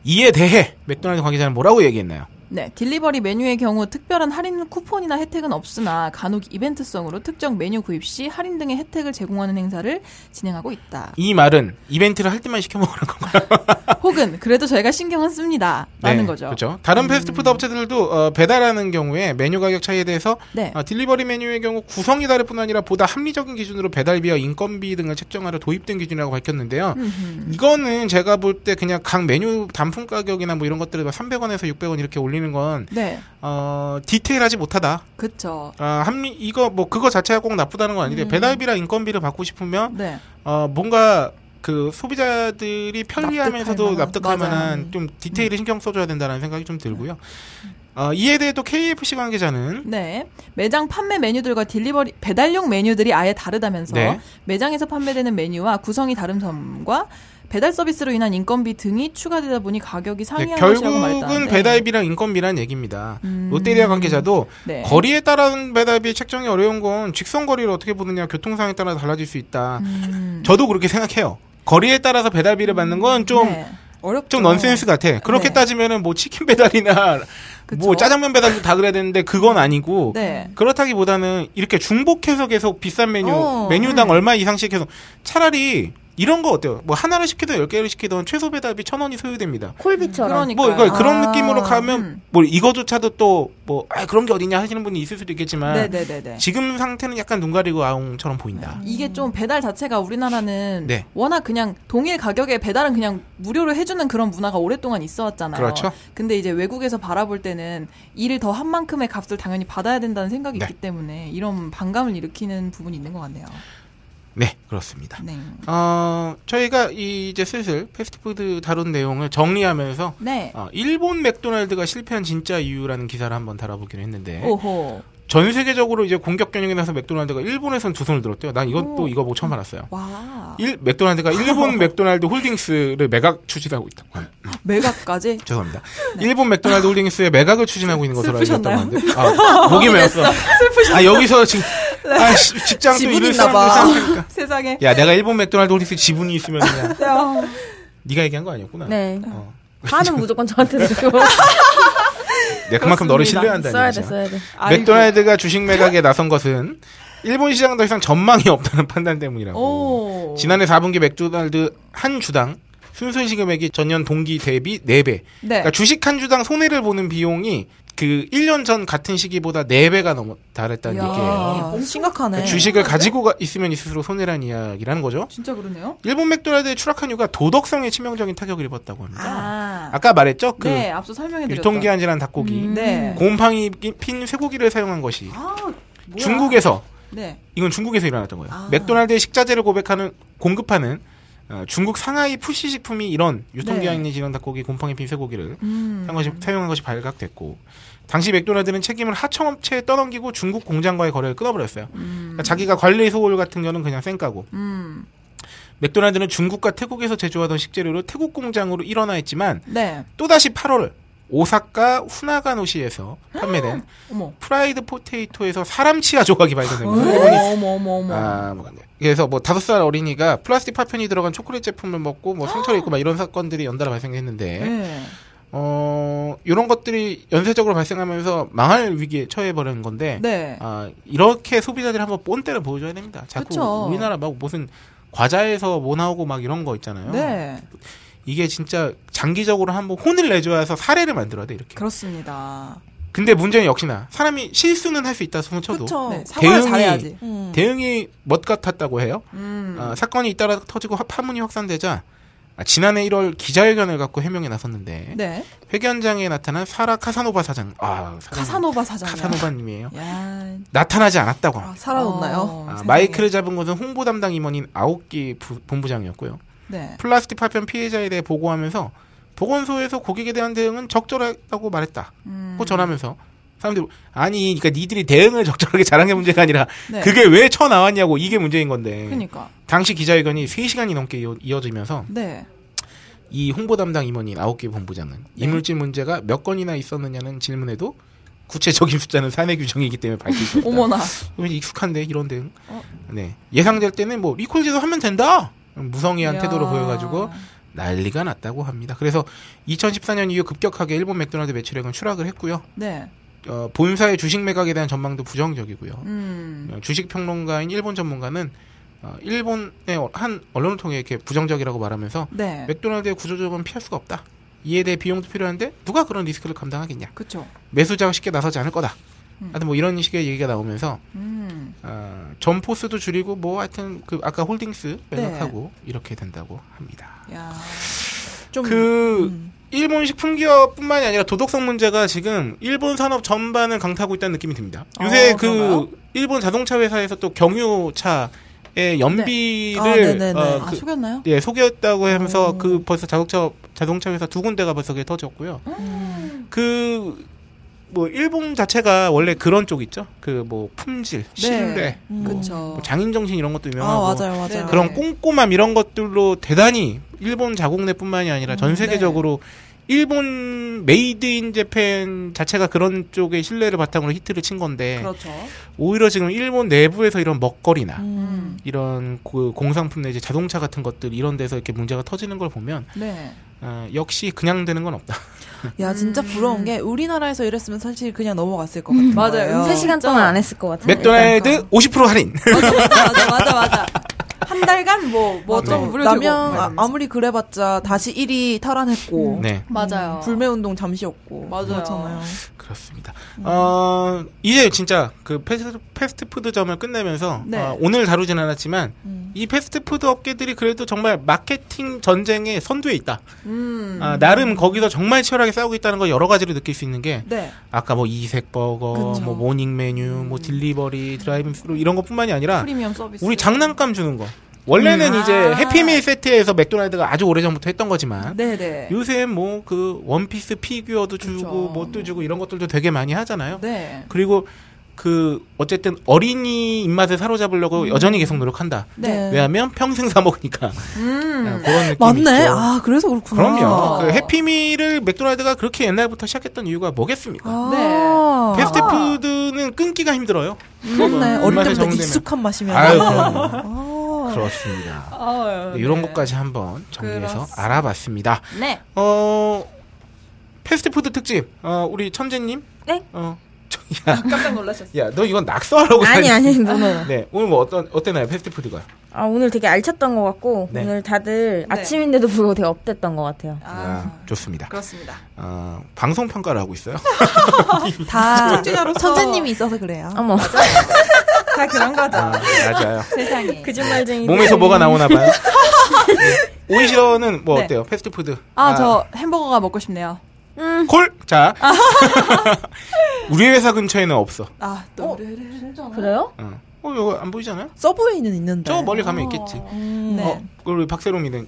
이에 대해 맥도날드 관계자는 뭐라고 얘기했나요?
네, 딜리버리 메뉴의 경우 특별한 할인 쿠폰이나 혜택은 없으나 간혹 이벤트성으로 특정 메뉴 구입 시 할인 등의 혜택을 제공하는 행사를 진행하고 있다.
이 말은 이벤트를 할 때만 시켜 먹으라는 건가요?
혹은 그래도 저희가 신경은 씁니다. 라는
네,
거죠. 음.
그렇죠. 다른 패스트푸드 업체들도 어, 배달하는 경우에 메뉴 가격 차이에 대해서
네.
아, 딜리버리 메뉴의 경우 구성이 다를 뿐 아니라 보다 합리적인 기준으로 배달비와 인건비 등을 책정하려 도입된 기준이라고 밝혔는데요.
음.
이거는 제가 볼 때 그냥 각 메뉴 단품 가격이나 뭐 이런 것들을 막 300원에서 600원 이렇게 올리는 건
네.
어, 디테일하지 못하다.
그렇죠.
아, 합리 이거 뭐 그거 자체가 꼭 나쁘다는
음.
건 아닌데 배달비랑 인건비를 받고 싶으면
네.
어, 뭔가 그 소비자들이 편리하면서도
만한.
납득할
맞아요. 음.
만한 좀 디테일을 신경 써줘야 된다는 생각이 좀 들고요. 어, 이에 대해 또 KFC 관계자는
네. 매장 판매 메뉴들과 딜리버리 배달용 메뉴들이 아예 다르다면서
네.
매장에서 판매되는 메뉴와 구성이 다른 점과 배달 서비스로 인한 인건비 등이 추가되다 보니 가격이
네,
상이한 것이라고 말했다.
결국은 배달비랑 인건비란 얘기입니다. 롯데리아 관계자도
음. 네.
거리에 따른 배달비 책정이 어려운 건 직선 거리를 어떻게 보느냐 교통상황에 따라 달라질 수 있다.
음,
저도 그렇게 생각해요. 거리에 따라서 배달비를 받는 건 좀 좀
네.
어렵죠.
넌센스 같아. 그렇게
네.
따지면은 뭐 치킨 배달이나 뭐
그쵸.
짜장면 배달도 다 그래야 되는데 그건 아니고
네.
그렇다기보다는 이렇게 중복해서 계속 비싼 메뉴
어,
메뉴당
음.
얼마 이상씩 해서 차라리 이런 거 어때요? 뭐 하나를 시키든 열 개를 시키든 최소 배달비 천 원이 소요됩니다.
콜비처럼.
그러니까요.
뭐 그러니까 그런
아,
느낌으로 가면
음.
뭐 이거조차도 또 뭐 아, 그런 게 어디냐 하시는 분이 있을 수도 있겠지만
네네네네. 음,
지금 상태는 약간 눈 가리고 아웅처럼 보인다.
이게 좀 배달 자체가 우리나라는
네.
워낙 그냥 동일 가격에 배달은 그냥 무료로 해주는 그런 문화가 오랫동안 있어왔잖아요.
그렇죠.
근데 이제 외국에서 바라볼 때는 일을 더 한 만큼의 값을 당연히 받아야 된다는 생각이
네.
있기 때문에 이런 반감을 일으키는 부분이 있는 것 같네요.
네, 그렇습니다.
네.
어, 저희가 이- 이제 슬슬 패스트푸드 다룬 내용을 정리하면서
네.
어, 일본 맥도날드가 실패한 진짜 이유라는 기사를 한번 달아보기로 했는데
오호.
전 세계적으로 이제 공격 경영에 나서 맥도날드가 일본에선 두 손을 들었대요. 난 이건 또
오.
이거 보고 처음 알았어요.
와.
일, 맥도날드가 일본 맥도날드 홀딩스를 매각 추진하고 있다고 합니다.
매각까지.
음, 죄송합니다. 일본 맥도날드 홀딩스의 매각을 추진하고 있는 것으로 알고 있다고
슬프셨나요?
하는데 아, 목이 메었어. 아 여기서 지금 아, 씨, 직장도
지분
잃을
있나
사람도
봐.
있으니까.
세상에.
야 내가 일본 맥도날드 홀딩스 지분이 있으면 그냥
야.
네가 얘기한 거 아니었구나.
네.
어.
화는 무조건 저한테 주고
내가 네, 그만큼 너를
그렇습니다.
신뢰한다는
써야 돼,
얘기죠.
써야 돼.
아이고.
맥도날드가 주식 매각에 나선 것은 일본 시장 더 이상 전망이 없다는 판단 때문이라고.
오.
지난해 4분기 맥도날드 한 주당 순수 시금액이 전년 동기 대비 4배.
네.
그러니까 주식 한 주당 손해를 보는 비용이 그 1년 전 같은 시기보다 4배가 넘어 달했다는
이야.
얘기예요. 그러니까
너무 심각하네.
주식을 가지고 가- 있으면 있을수록 손해라는 이야기라는 거죠.
진짜 그러네요.
일본 맥도날드의 추락한 이유가 도덕성에 치명적인 타격을 입었다고 합니다.
아.
까 말했죠? 그
네, 앞서 설명해 드렸던.
유통기한 지난 닭고기,
네.
곰팡이 낀- 핀 쇠고기를 사용한 것이
아, 뭐야.
중국에서
네.
이건 중국에서 일어났던 거예요.
아.
맥도날드의 식자재를 고백하는 공급하는 어, 중국 상하이 푸시 식품이 이런 유통기한이 지난 닭고기, 곰팡이 핀 쇠고기를
네. 음.
한 것이, 사용한 것이 발각됐고 당시 맥도날드는 책임을 하청업체에 떠넘기고 중국 공장과의 거래를 끊어버렸어요.
음.
그러니까 자기가 관리 소홀 같은 경우는 그냥 쌩까고
음.
맥도날드는 중국과 태국에서 제조하던 식재료를 태국 공장으로 일원화했지만
네.
또다시 8월 오사카 후나가노시에서 판매된
어머.
프라이드 포테이토에서 사람 치아 조각이 발견됩니다. 일본이
어머 어머 어머 어머.
아, 뭐, 안 돼. 그래서 뭐 다섯 살 어린이가 플라스틱 파편이 들어간 초콜릿 제품을 먹고 뭐 상처를 입고 막 이런 사건들이 연달아 발생했는데
네.
어 이런 것들이 연쇄적으로 발생하면서 망할 위기에 처해 버린 건데
네.
아 이렇게 소비자들이 한번 본때를 보여줘야 됩니다. 자꾸
그쵸.
우리나라 막 무슨 과자에서 뭐 나오고 막 이런 거 있잖아요.
네.
이게 진짜 장기적으로 한번 혼을 내줘야 해서 사례를 만들어야 돼 이렇게.
그렇습니다.
근데 문제는 역시나 사람이 실수는 할 수 있다 손쳐도
그쵸.
네. 사과를
어. 대응이-
잘해야지.
음.
대응이 멋 같았다고 해요.
음.
아, 사건이 잇따라 터지고 화- 파문이 확산되자 아, 지난해 1월 기자회견을 갖고 해명에 나섰는데
네.
회견장에 나타난 사라 카사노바 사장 아 사장님.
카사노바 사장이야.
카사노바님이에요
야.
나타나지 않았다고 합니다.
아, 살아났나요?
어,
아,
세상에.
마이크를 잡은 것은 홍보 담당 임원인 아오키 부- 본부장이었고요.
네.
플라스틱 파편 피해자에 대해 보고하면서 보건소에서 고객에 대한 대응은 적절하다고 말했다.
음.
고 전하면서 사람들이 아니 그러니까 니들이 대응을 적절하게 잘한 게 문제가 아니라
네.
그게 왜 쳐나왔냐고 이게 문제인 건데
그러니까.
당시 기자회견이 3시간이 넘게 이어- 이어지면서
네.
이 홍보 담당 임원인 아홉 개 본부장은 이물질 문제가 몇 건이나 있었느냐는 질문에도 구체적인 숫자는 사내 규정이기 때문에 밝힐 수 없다.
어머나.
왠지 익숙한데 이런 대응.
어.
네 예상될 때는 뭐 리콜 제도하면 된다. 무성의한
이야.
태도로 보여가지고 난리가 났다고 합니다. 그래서 2014년 이후 급격하게 일본 맥도날드 매출액은 추락을 했고요.
네.
어, 본사의 주식 매각에 대한 전망도 부정적이고요.
음.
어, 주식 평론가인 일본 전문가는 어, 일본의 어- 한 언론을 통해 이렇게 부정적이라고 말하면서
네.
맥도날드의 구조조정은 피할 수가 없다. 이에 대해 비용도 필요한데 누가 그런 리스크를 감당하겠냐.
그쵸.
매수자가 쉽게 나서지 않을 거다.
음.
하여튼 뭐 이런 식의 얘기가 나오면서
음.
어, 점포수도 줄이고 뭐 하여튼 그 아까 홀딩스
네.
매각하고 이렇게 된다고 합니다.
야.
좀
그
음.
일본 식품 기업뿐만이 아니라 도덕성 문제가 지금 일본 산업 전반을 강타하고 있다는 느낌이 듭니다. 요새
어, 그런가요?
그 일본 자동차 회사에서 또 경유차의 연비를
네. 어. 아, 네네네.
어,
아,
그-
속였나요?
예, 속였다고 하면서 그 벌써 자동차 자동차 회사 두 군데가 벌써 그게 터졌고요.
어?
음.
그 뭐 일본 자체가 원래 그런 쪽 있죠. 그 뭐 품질,
네.
신뢰,
음.
그쵸.
뭐 장인 정신 이런 것도
아
유명하고
맞아요 맞아요.
네.
그런 꼼꼼함 이런 것들로 대단히 일본 자국내뿐만이
음,
아니라
네.
전 세계적으로 일본 메이드 인 재팬 자체가 그런 쪽의 신뢰를 바탕으로 히트를 친 건데
그렇죠.
오히려 지금 일본 내부에서 이런 먹거리나
음.
이런 그 공상품 내지 자동차 같은 것들 이런 데서 이렇게 문제가 터지는 걸 보면
네.
어, 역시 그냥 되는 건
아,
없다.
야 진짜 부러운 게 우리나라에서 이랬으면 사실 그냥 넘어갔을 것 같아요.
음. 맞아요. 그
세시간 동안 안 했을 것 같아요.
맥도날드 50% 할인.
맞아, 맞아, 맞아. 한 달간 뭐, 뭐
맞아요. 네.
좀 무료 제공.
라면
막
아,
이러면서.
아무리 그래봤자 다시 1위 탈환했고
어?
네,
맞아요.
음,
불매 운동 잠시였고
음. 맞아요.
그렇잖아요.
그렇습니다. 어, 이제 진짜 그 패스, 패스트푸드점을 끝내면서
네.
어, 오늘 다루진 않았지만
음.
이 패스트푸드 업계들이 그래도 정말 마케팅 전쟁의 선두에 있다.
음.
아, 나름 거기서 정말 치열하게 싸우고 있다는 걸 여러 가지로 느낄 수 있는 게
네.
아까 뭐 이색 버거,
그쵸. 음.
뭐 모닝 메뉴, 뭐 딜리버리, 드라이빙 스루 이런 것뿐만이 아니라
프리미엄 서비스.
우리 장난감 주는 거. 원래는
음.
이제
아.
해피밀 세트에서 맥도날드가 아주 오래전부터 했던 거지만
네네.
요새 뭐 그 원피스 피규어도 주고
그쵸.
뭣도 주고 이런 것들도 되게 많이 하잖아요.
네.
그리고 그 어쨌든 어린이 입맛을 사로잡으려고 여전히 계속 노력한다.
음. 네.
왜냐하면 평생 사 먹으니까
음.
그런 느낌이
맞네.
있죠.
아 그래서 그렇구나.
그럼요.
아.
그 해피밀을 맥도날드가 그렇게 옛날부터 시작했던 이유가 뭐겠습니까?
아,
네.
패스트푸드는 끊기가 힘들어요.
그렇네.
음.
어릴
입맛에
때부터
정되면.
익숙한 맛이면.
아유, 그럼요.
아.
그렇습니다.
네. 아, 네.
이런 것까지 한번 정리해서
그렇습니다.
알아봤습니다.
네.
어 패스트푸드 특집 어, 우리 천재님 어,
네?
어야야너
깜짝 놀라셨어요.
이건 낙서하라고
아니
다니-
아니 누나.
네 오늘 뭐 어떤 어땠나요 패스트푸드가
아 오늘 되게 알찼던 것 같고
네.
오늘 다들
네.
아침인데도 불구하고 되게 업됐던 것 같아요.
아.
좋습니다.
그렇습니다.
어, 방송 평가를 하고 있어요.
다
청취자로서-
천재님이 있어서 그래요.
아,
어머
다 그런 거죠.
아, 맞아요.
세상에.
거짓말쟁이.
몸에서 뭐가 나오나 봐요. 네. 오이시러는 뭐
네.
어때요? 패스트푸드.
아, 저 햄버거가 먹고 싶네요.
콜. 자. 우리 회사 근처에는 없어.
아, 또. 우리-
그래요?
어, 어 이거 안 보이잖아요?
서브웨이는 있는데.
저 멀리 가면 있겠지.
네.
어, 그리고 박세롬이는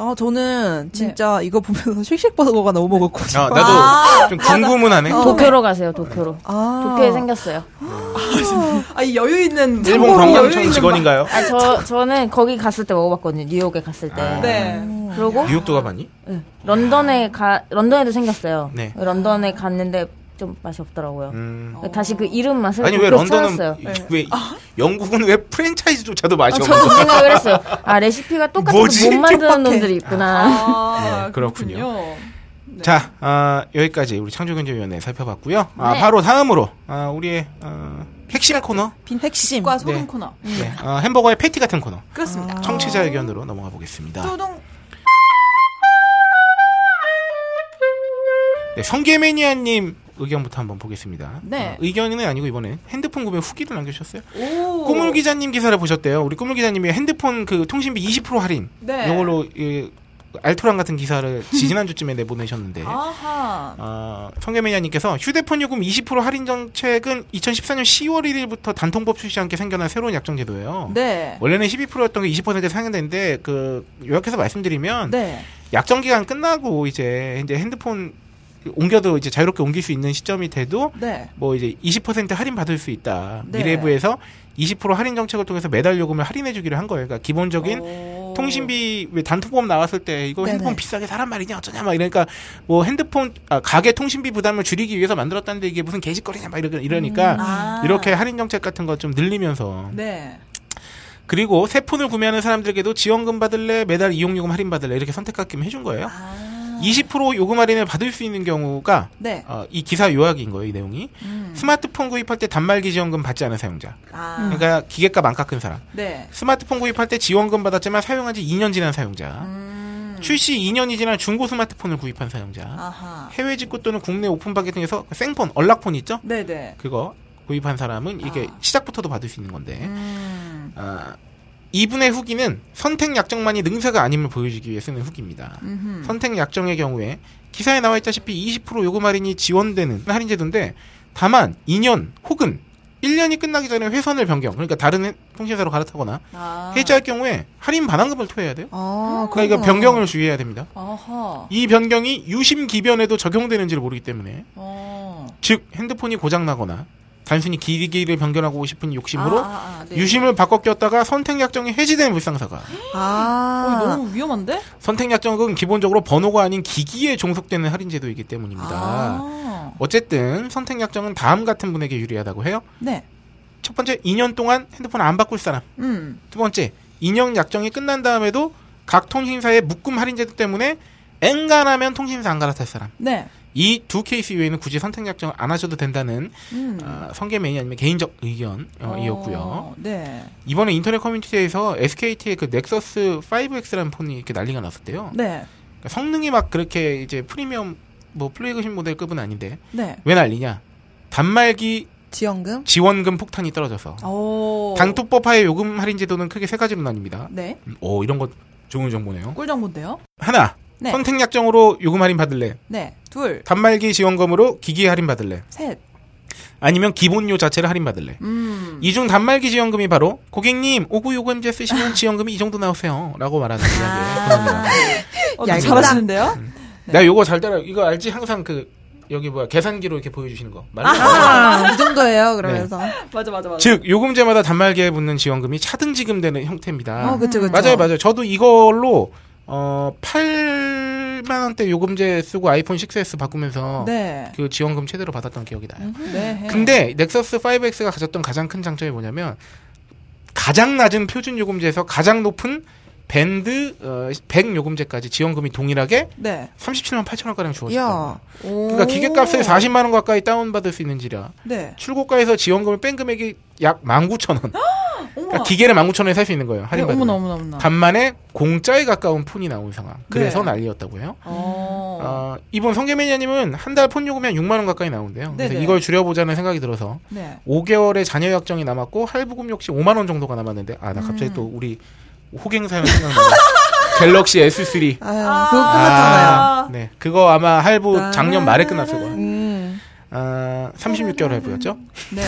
아 저는 진짜 이거 보면서 쉑쉑버거가 너무 먹었고.
아, 나도
아,
좀 궁금은 하네.
어.
도쿄로 가세요. 도쿄로.
아.
도쿄에 생겼어요.
아, 이 여유 있는.
일본
참고로 여유
관광청
있는
직원인가요?
아, 저, 저는 거기 갔을 때 먹어봤거든요. 뉴욕에 갔을 때.
아.
방- 네.
그리고 네.
뉴욕도 가봤니?
런던에 가, 런던에도 생겼어요.
네.
런던에 갔는데 좀 맛이 없더라고요.
음.
다시 그 이름 맛을
아니 왜
도쿄에서
런던은
찾았어요.
네.
왜 영국은 왜 프랜차이즈조차도 맛이
아,
없는
저도
거야? 뭐-
그 생각을 했어요. 아 레시피가 똑같아서
뭐지?
못 만드는
촉박해.
놈들이 있구나.
아,
네, 그렇군요.
그렇군요.
자 아, 여기까지 우리 창조경제위원회 살펴봤고요. 아,
네.
바로 다음으로 아, 우리의 어, 핵심 코너
빈
핵심.
핵심과 소금
네.
코너.
네, 어, 햄버거의 패티 같은 코너
그렇습니다.
청취자 의견으로 넘어가 보겠습니다.
뚜둥.
네, 성게매니아님 의견부터 한번 보겠습니다.
네.
어, 의견은 아니고 이번엔 핸드폰 구매 후기를 남겨주셨어요.
오.
꾸물 기자님 기사를 보셨대요. 우리 꾸물 기자님이 핸드폰 그 통신비 20% 할인
네.
이걸로 이 알토란 같은 기사를 지지난주쯤에 내보내셨는데
아하.
어, 성계매니아님께서 휴대폰 요금 20% 할인 정책은 2014년 10월 1일부터 단통법 출시와 함께 생겨난 새로운 약정 제도예요.
네.
원래는 12%였던 게 20%에 상향되는데 그 요약해서 말씀드리면
네.
약정 기간 끝나고 이제 이제 핸드폰 옮겨도 이제 자유롭게 옮길 수 있는 시점이 돼도
네.
뭐 이제 20% 할인 받을 수 있다.
네.
미래부에서 20% 할인 정책을 통해서 매달 요금을 할인해 주기로 한 거예요. 그러니까 기본적인
오.
통신비 왜 단통법 나왔을 때 이거
네네.
핸드폰 비싸게 사란 말이냐 어쩌냐 막 이러니까 뭐 핸드폰 아, 가게 통신비 부담을 줄이기 위해서 만들었다는데 이게 무슨 개짓거리냐 막 이러- 이러니까
아.
이렇게 할인 정책 같은 거 좀 늘리면서
네.
그리고 새 폰을 구매하는 사람들에게도 지원금 받을래 매달 이용요금 할인 받을래 이렇게 선택하게끔 해준 거예요.
아.
20% 요금 할인을 받을 수 있는 경우가
네.
어, 이 기사 요약인 거예요, 이 내용이.
음.
스마트폰 구입할 때 단말기 지원금 받지 않은 사용자.
아.
그러니까 기계값 안 깎은 사람.
네.
스마트폰 구입할 때 지원금 받았지만 사용한 지 2년 지난 사용자.
음.
출시 2년이 지난 중고 스마트폰을 구입한 사용자.
아하.
해외 직구 또는 국내 오픈 바켓 등에서 그 생폰, 언락폰 있죠?
네네.
그거 구입한 사람은 이게
아.
시작부터도 받을 수 있는 건데.
음.
아, 이분의 후기는 선택 약정만이 능사가 아님을 보여주기 위해 쓰는 후기입니다.
음흠.
선택 약정의 경우에 기사에 나와 있다시피 20% 요금 할인이 지원되는 할인 제도인데 다만 2년 혹은 1년이 끝나기 전에 회선을 변경 그러니까 다른 해- 통신사로 갈아타거나
아.
해지할 경우에 할인 반환금을 토해야 돼요.
아,
그러니까
그렇구나.
변경을 주의해야 됩니다.
어허.
이 변경이 유심 기변에도 적용되는지를 모르기 때문에
어.
즉 핸드폰이 고장 나거나 단순히 길이를 변경하고 싶은 욕심으로
아, 아, 아, 네.
유심을 바꿔 꼈다가 선택 약정이 해지된 불상사가
어,
아.
이거 너무 위험한데?
선택 약정은 기본적으로 번호가 아닌 기기에 종속되는 할인 제도이기 때문입니다.
아.
어쨌든 선택 약정은 다음 같은 분에게 유리하다고 해요.
네.
첫 번째, 2년 동안 핸드폰 안 바꿀 사람.
음.
두 번째, 2년 약정이 끝난 다음에도 각 통신사의 묶음 할인 제도 때문에 엔간하면 통신사 안 갈아탈 사람.
네.
이 두 케이스 이외에는 굳이 선택 약정 안 하셔도 된다는
음.
아, 성계매이 아니면 개인적 의견이었고요.
어, 네.
이번에 인터넷 커뮤니티에서 SKT의 그 넥서스 5X라는 폰이 이렇게 난리가 났었대요.
네.
그러니까 성능이 막 그렇게 이제 프리미엄 뭐 플래그십 모델급은 아닌데
네.
왜 난리냐? 단말기
지원금?
지원금 폭탄이 떨어져서
오.
당투법화의 요금 할인 제도는 크게 세 가지로 나뉩니다.
네.
음, 오 이런 거 좋은 정보네요.
꿀정보인데요.
하나
네.
선택 약정으로 요금 할인 받을래?
네. 둘.
단말기 지원금으로 기기 할인 받을래?
셋.
아니면 기본료 자체를 할인 받을래?
음.
이중 단말기 지원금이 바로 고객님 오구 요금제 쓰시면 지원금이 이 정도 나오세요라고 말하는 이야기예요.
어,
얇다.
잘하시는데요?
나 요거 잘 따라 이거 알지 항상 그 여기 뭐야 계산기로 이렇게 보여주시는 거. 말로
아, 이 정도예요, 그러면서.
맞아, 맞아, 맞아.
즉 요금제마다 단말기에 붙는 지원금이 차등 지급되는 형태입니다.
어, 그쵸, 그쵸.
맞아요, 맞아요. 저도 이걸로 어 8만 원대 요금제 쓰고 아이폰 6s 바꾸면서
네.
그 지원금 최대로 받았던 기억이 나요.
음,
네.
근데 넥서스 5X가 가졌던 가장 큰 장점이 뭐냐면 가장 낮은 표준 요금제에서 가장 높은 밴드 어, 100 요금제까지 지원금이 동일하게
네.
37만 8천 원가량 주어졌다.
이야.
그러니까 기계값을 40만 원 가까이 다운받을 수 있는지라
네.
출고가에서 지원금을 뺀 금액이 약 19,000원.
어머나.
그러니까 기계를 19,000원에 살 수 있는 거예요. 할인
네, 어머나,
받으면.
어머나, 어머나.
간만에 공짜에 가까운 폰이 나온 상황. 그래서
네.
난리였다고 해요.
어.
어, 이번 성계매니아님은 한 달 폰 요금이 한 6만 원 가까이 나온대요. 그래서
네네.
이걸 줄여보자는 생각이 들어서
네.
5개월의 자녀 약정이 남았고 할부금 역시 5만 원 정도가 남았는데 아 나 갑자기
음.
또 우리 호갱 사연 생각나네. 갤럭시 S3.
아유,
아.
그거 끝났잖아요.
아.
네, 그거 아마 할부 작년 말에 끝났을 거예요.
음.
아, 36개월 할부였죠.
네.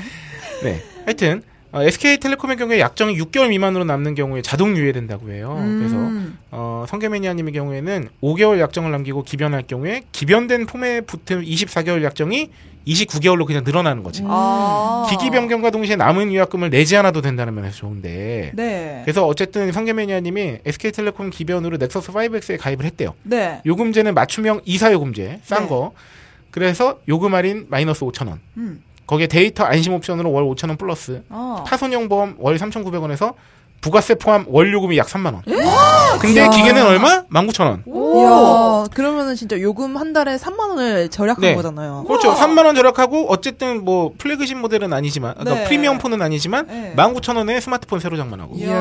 네. 하여튼 어, SK텔레콤의 경우에 약정이 6개월 미만으로 남는 경우에 자동 유예된다고 해요. 그래서
음.
어, 성계매니아님의 경우에는 5개월 약정을 남기고 기변할 경우에 기변된 폼에 붙은 24개월 약정이 29개월로 그냥 늘어나는 거지.
아.
기기 변경과 동시에 남은 위약금을 내지 않아도 된다는 면에서 좋은데.
네.
그래서 어쨌든 성계매니아님이 SK텔레콤 기변으로 넥서스 5X에 가입을 했대요.
네.
요금제는 맞춤형 이사 요금제 싼
네.
거. 그래서 요금 할인 마이너스 5천 원.
음.
거기에 데이터 안심 옵션으로 월 5천 원 플러스
어.
파손형 보험 월 3,900원에서 부가세 포함 월 요금이 약 3만 원. 근데 기계는 얼마? 19,000원.
이야, 그러면은 진짜 요금 한 달에 3만원을 절약한
네.
거잖아요.
그렇죠. 3만 원 절약하고 어쨌든 뭐 플래그십 모델은 아니지만 그러니까
네.
프리미엄 폰은 아니지만
네.
19,000원에 스마트폰 새로 장만하고.
이야.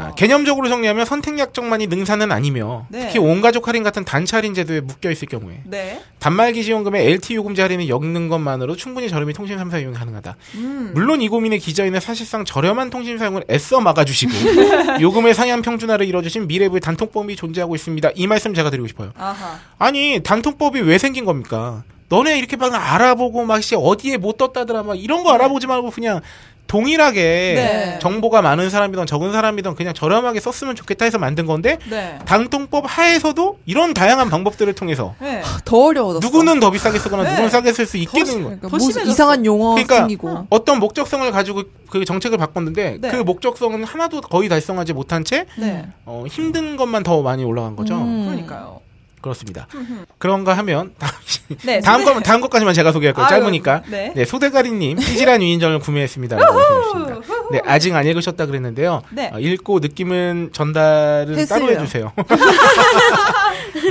아, 개념적으로 정리하면 선택 약정만이 능사는 아니며
네.
특히 온가족 할인 같은 단체 할인 제도에 묶여 있을 경우에
네.
단말기 지원금에 LTE 요금제 할인을 엮는 것만으로 충분히 저렴이 통신 3사 이용이 가능하다.
음.
물론 이 고민의 기저에는 사실상 저렴한 통신 사용을 애써 막아주시고 요금의 상향 평준화를 이뤄주신 미래부의 단통법이 존재하고 있습니다. 이 말씀 제가 드리고 싶어요.
아하.
아니 단통법이 왜 생긴 겁니까? 너네 이렇게 막 알아보고 막 씨, 어디에 못 떴다더라 막 이런 거 알아보지 말고 그냥 동일하게
네.
정보가 많은 사람이든 적은 사람이든 그냥 저렴하게 썼으면 좋겠다 해서 만든 건데
네.
당통법 하에서도 이런 다양한 방법들을 통해서
네.
더 어려워졌어.
누구는 더 비싸게 쓰거나
네.
누구는 싸게 쓸 수 있게 되는 거예요.
그러니까
더
무슨
심해졌어.
이상한 용어
그러니까,
생기고.
어.
어떤 목적성을 가지고 그 정책을 바꿨는데
네.
그 목적성은 하나도 거의 달성하지 못한 채
네.
어, 힘든 것만 더 많이 올라간 거죠.
음.
그러니까요.
그렇습니다. 그런가 하면
네.
다음
소대-
거 다음 것까지만 제가 소개할 거예요.
아유,
짧으니까.
네.
네, 소대가리님 피질한 위인전을 구매했습니다. 네, 아직 안 읽으셨다 그랬는데요.
네.
어, 읽고 느낌은 전달은 따로
했어요.
해주세요.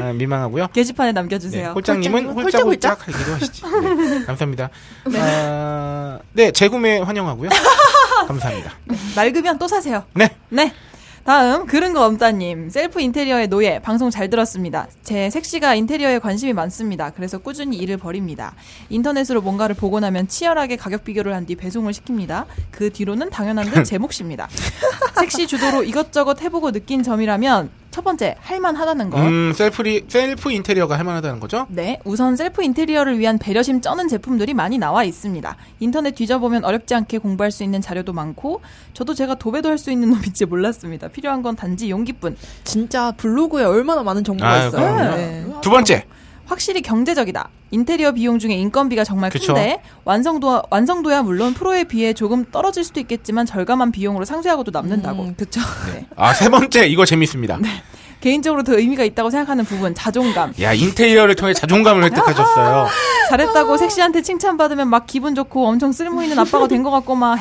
아, 미망하고요.
게시판에
네,
남겨주세요.
홀장님은
홀짝, 홀짝.
홀짝홀짝 하기로 하시지. 네, 감사합니다. 아, 네, 재구매 환영하고요. 감사합니다.
낡으면 또 사세요.
네.
네. 다음 그런 거 엄따님 셀프 인테리어의 노예 방송 잘 들었습니다. 제 색시가 인테리어에 관심이 많습니다. 그래서 꾸준히 일을 벌입니다. 인터넷으로 뭔가를 보고 나면 치열하게 가격 비교를 한 뒤 배송을 시킵니다. 그 뒤로는 당연한 듯 제 몫입니다. 색시 주도로 이것저것 해보고 느낀 점이라면 첫 번째 할만하다는 거.
음, 셀프리, 셀프 인테리어가 할만하다는 거죠?
네, 우선 셀프 인테리어를 위한 배려심 쩌는 제품들이 많이 나와 있습니다. 인터넷 뒤져보면 어렵지 않게 공부할 수 있는 자료도 많고, 저도 제가 도배도 할 수 있는 놈인지 몰랐습니다. 필요한 건 단지 용기뿐.
진짜 블로그에 얼마나 많은 정보가
아유,
있어요.
그럼요.
네.
두 번째.
확실히 경제적이다. 인테리어 비용 중에 인건비가 정말
그쵸.
큰데 완성도 완성도야 물론 프로에 비해 조금 떨어질 수도 있겠지만 절감한 비용으로 상쇄하고도 남는다고.
음, 그쵸.
아, 세 번째. 이거 재밌습니다.
네. 개인적으로 더 의미가 있다고 생각하는 부분 자존감.
야, 인테리어를 통해 자존감을 획득하셨어요.
잘했다고 섹시한테 칭찬받으면 막 기분 좋고 엄청 쓸모 있는 아빠가 된 것 같고 막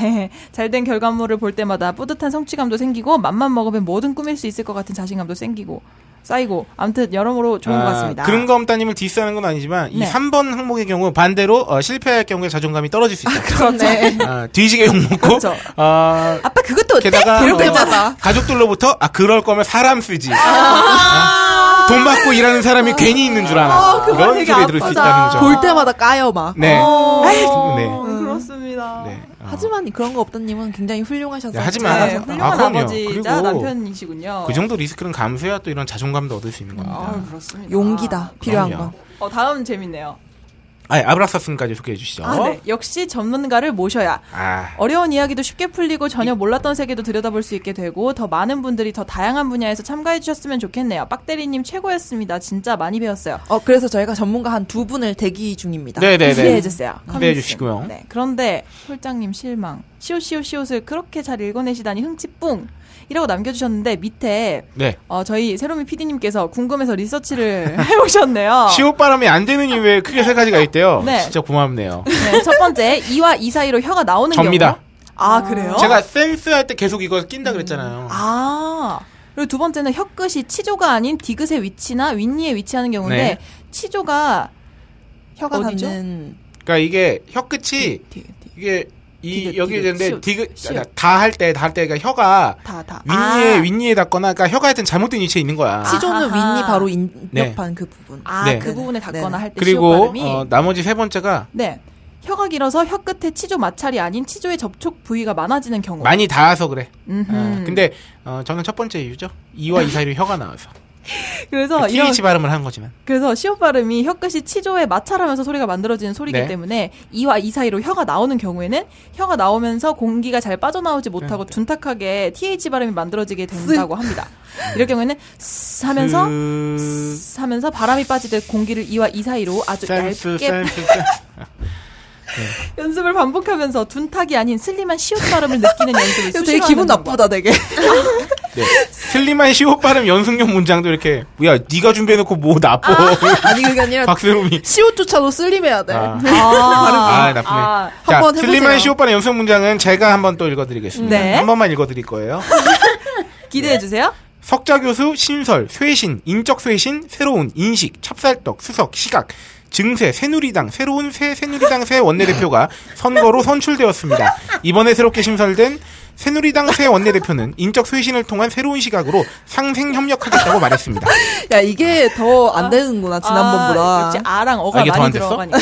잘된 결과물을 볼 때마다 뿌듯한 성취감도 생기고 맘만 먹으면 뭐든 꾸밀 수 있을 것 같은 자신감도 생기고 쌓이고 아무튼 여러모로 좋은 것 같습니다.
그런 거 없다님을 아, 디스하는 건 아니지만 이
네.
3번 항목의 경우 반대로 어, 실패할 경우에 자존감이 떨어질 수 있다.
네.
그렇죠.
아, 뒤지게 욕먹고
그렇죠.
아,
아빠 네? 그것도 어때?
게다가
괴롭혔잖아.
어, 가족들로부터 아 그럴 거면 사람 쓰지 아, 돈 받고 일하는 사람이 괜히 있는 줄
아,
아나
그거
이런
되게
소리 들을 수
아프다.
있다는 점.
볼 때마다 까요 막.
네.
어,
네.
그렇습니다.
네. 어.
하지만 그런 거 없던님은 굉장히 훌륭하셔서
네, 하지만
네,
알아서.
훌륭한
아, 그럼요.
아버지자
그리고
남편이시군요.
그 정도 리스크는 감수해야 또 이런 자존감도 얻을 수 있는
아,
겁니다.
그렇습니다.
용기다 필요한
그럼요.
건.
어, 다음 재밌네요.
아, 예, 아브라사스까지 소개해 주시죠.
어?
아, 네. 역시 전문가를 모셔야
아,
어려운 이야기도 쉽게 풀리고 전혀 몰랐던 세계도 들여다볼 수 있게 되고 더 많은 분들이 더 다양한 분야에서 참가해 주셨으면 좋겠네요. 빡대리님 최고였습니다. 진짜 많이 배웠어요.
어 그래서 저희가 전문가 한 두 분을 대기 중입니다.
기대해
네네네.
주세요.
음.
기대해 주시고요.
네. 그런데 홀장님 실망. 시옷 시옷 시옷을 그렇게 잘 읽어내시다니 흥치뿡. 이라고 남겨주셨는데 밑에
네.
어, 저희 새로미 PD님께서 궁금해서 리서치를 해오셨네요.
시옷바람이 안 되는 이유에 크게 세 가지가 있대요.
어. 네.
진짜 고맙네요.
네, 첫 번째 이와 이 사이로 혀가 나오는
접니다.
경우. 아 그래요?
제가 센스 할 때 계속 이거 낀다 그랬잖아요.
아 그리고 두 번째는 혀 끝이 치조가 아닌 디귿의 위치나 윗니에 위치하는 경우인데
네.
치조가
혀가
어디죠?
닿는
그러니까 이게 혀 끝이 이게 이
디귿,
여기
디귿,
되는데
시옷,
디귿
시옷.
다할 때 다 할 때가 혀가
다다
윗니에 윗니에 닿거나 그러니까 혀가 하여튼 잘못된 위치에 있는 거야.
아.
치조는
아하하.
윗니 바로
네.
인접한 그 부분.
아,
네.
그 부분에 닿거나
네.
할 때 시옷
그리고
발음이
어, 나머지 세 번째가
네 혀가 길어서 혀 끝에 치조 마찰이 아닌 치조의 접촉 부위가 많아지는 경우.
많이 닿아서 그래.
음흠.
아, 근데 어, 저는 첫 번째 이유죠. 이와 이 사이로 혀가 나와서
그래서 어, 이런
TH 발음을 한 거지만.
그래서 시옷 발음이 혀 끝이 치조에 마찰하면서 소리가 만들어지는 소리이기
네.
때문에 이와 이 사이로 혀가 나오는 경우에는 혀가 나오면서 공기가 잘
네.
빠져나오지 못하고 둔탁하게 TH 발음이 만들어지게 된다고 합니다. 이럴 경우에는 쓰 하면서
그...
쓰 하면서 바람이 빠지듯 공기를 이와 이 사이로 아주
센스
얇게
센스 센스.
연습을 반복하면서 둔탁이 아닌 슬림한 시옷 발음을 느끼는 연습을
이거
수시로
되게 기분
하는 방법.
나쁘다 되게.
네. 슬림한 시옷 발음 연습용 문장도 이렇게 야 네가 준비해놓고 뭐 나빠
아니 그게 아니라
박세롬이
시옷조차도 슬림해야 돼.
아,
아,
아, 나쁘네.
아,
자,
한번 해보세요.
슬림한 시오빠의 연습 문장은 제가 한번 또 읽어드리겠습니다.
네.
한 번만 읽어드릴 거예요. 네.
기대해 주세요.
석자 교수, 신설, 쇄신, 인적 쇄신, 새로운, 인식, 찹쌀떡, 수석, 시각, 증세, 새누리당, 새로운 새, 새누리당 새 원내대표가 선거로 선출되었습니다. 이번에 새롭게 신설된 새누리당 새 원내대표는 인적 쇄신을 통한 새로운 시각으로 상생 협력하겠다고 말했습니다.
야 이게 더 안 되는구나
아,
지난번보다.
역시 아랑 어가
아, 이게 더안
많이
됐어?
들어가니까.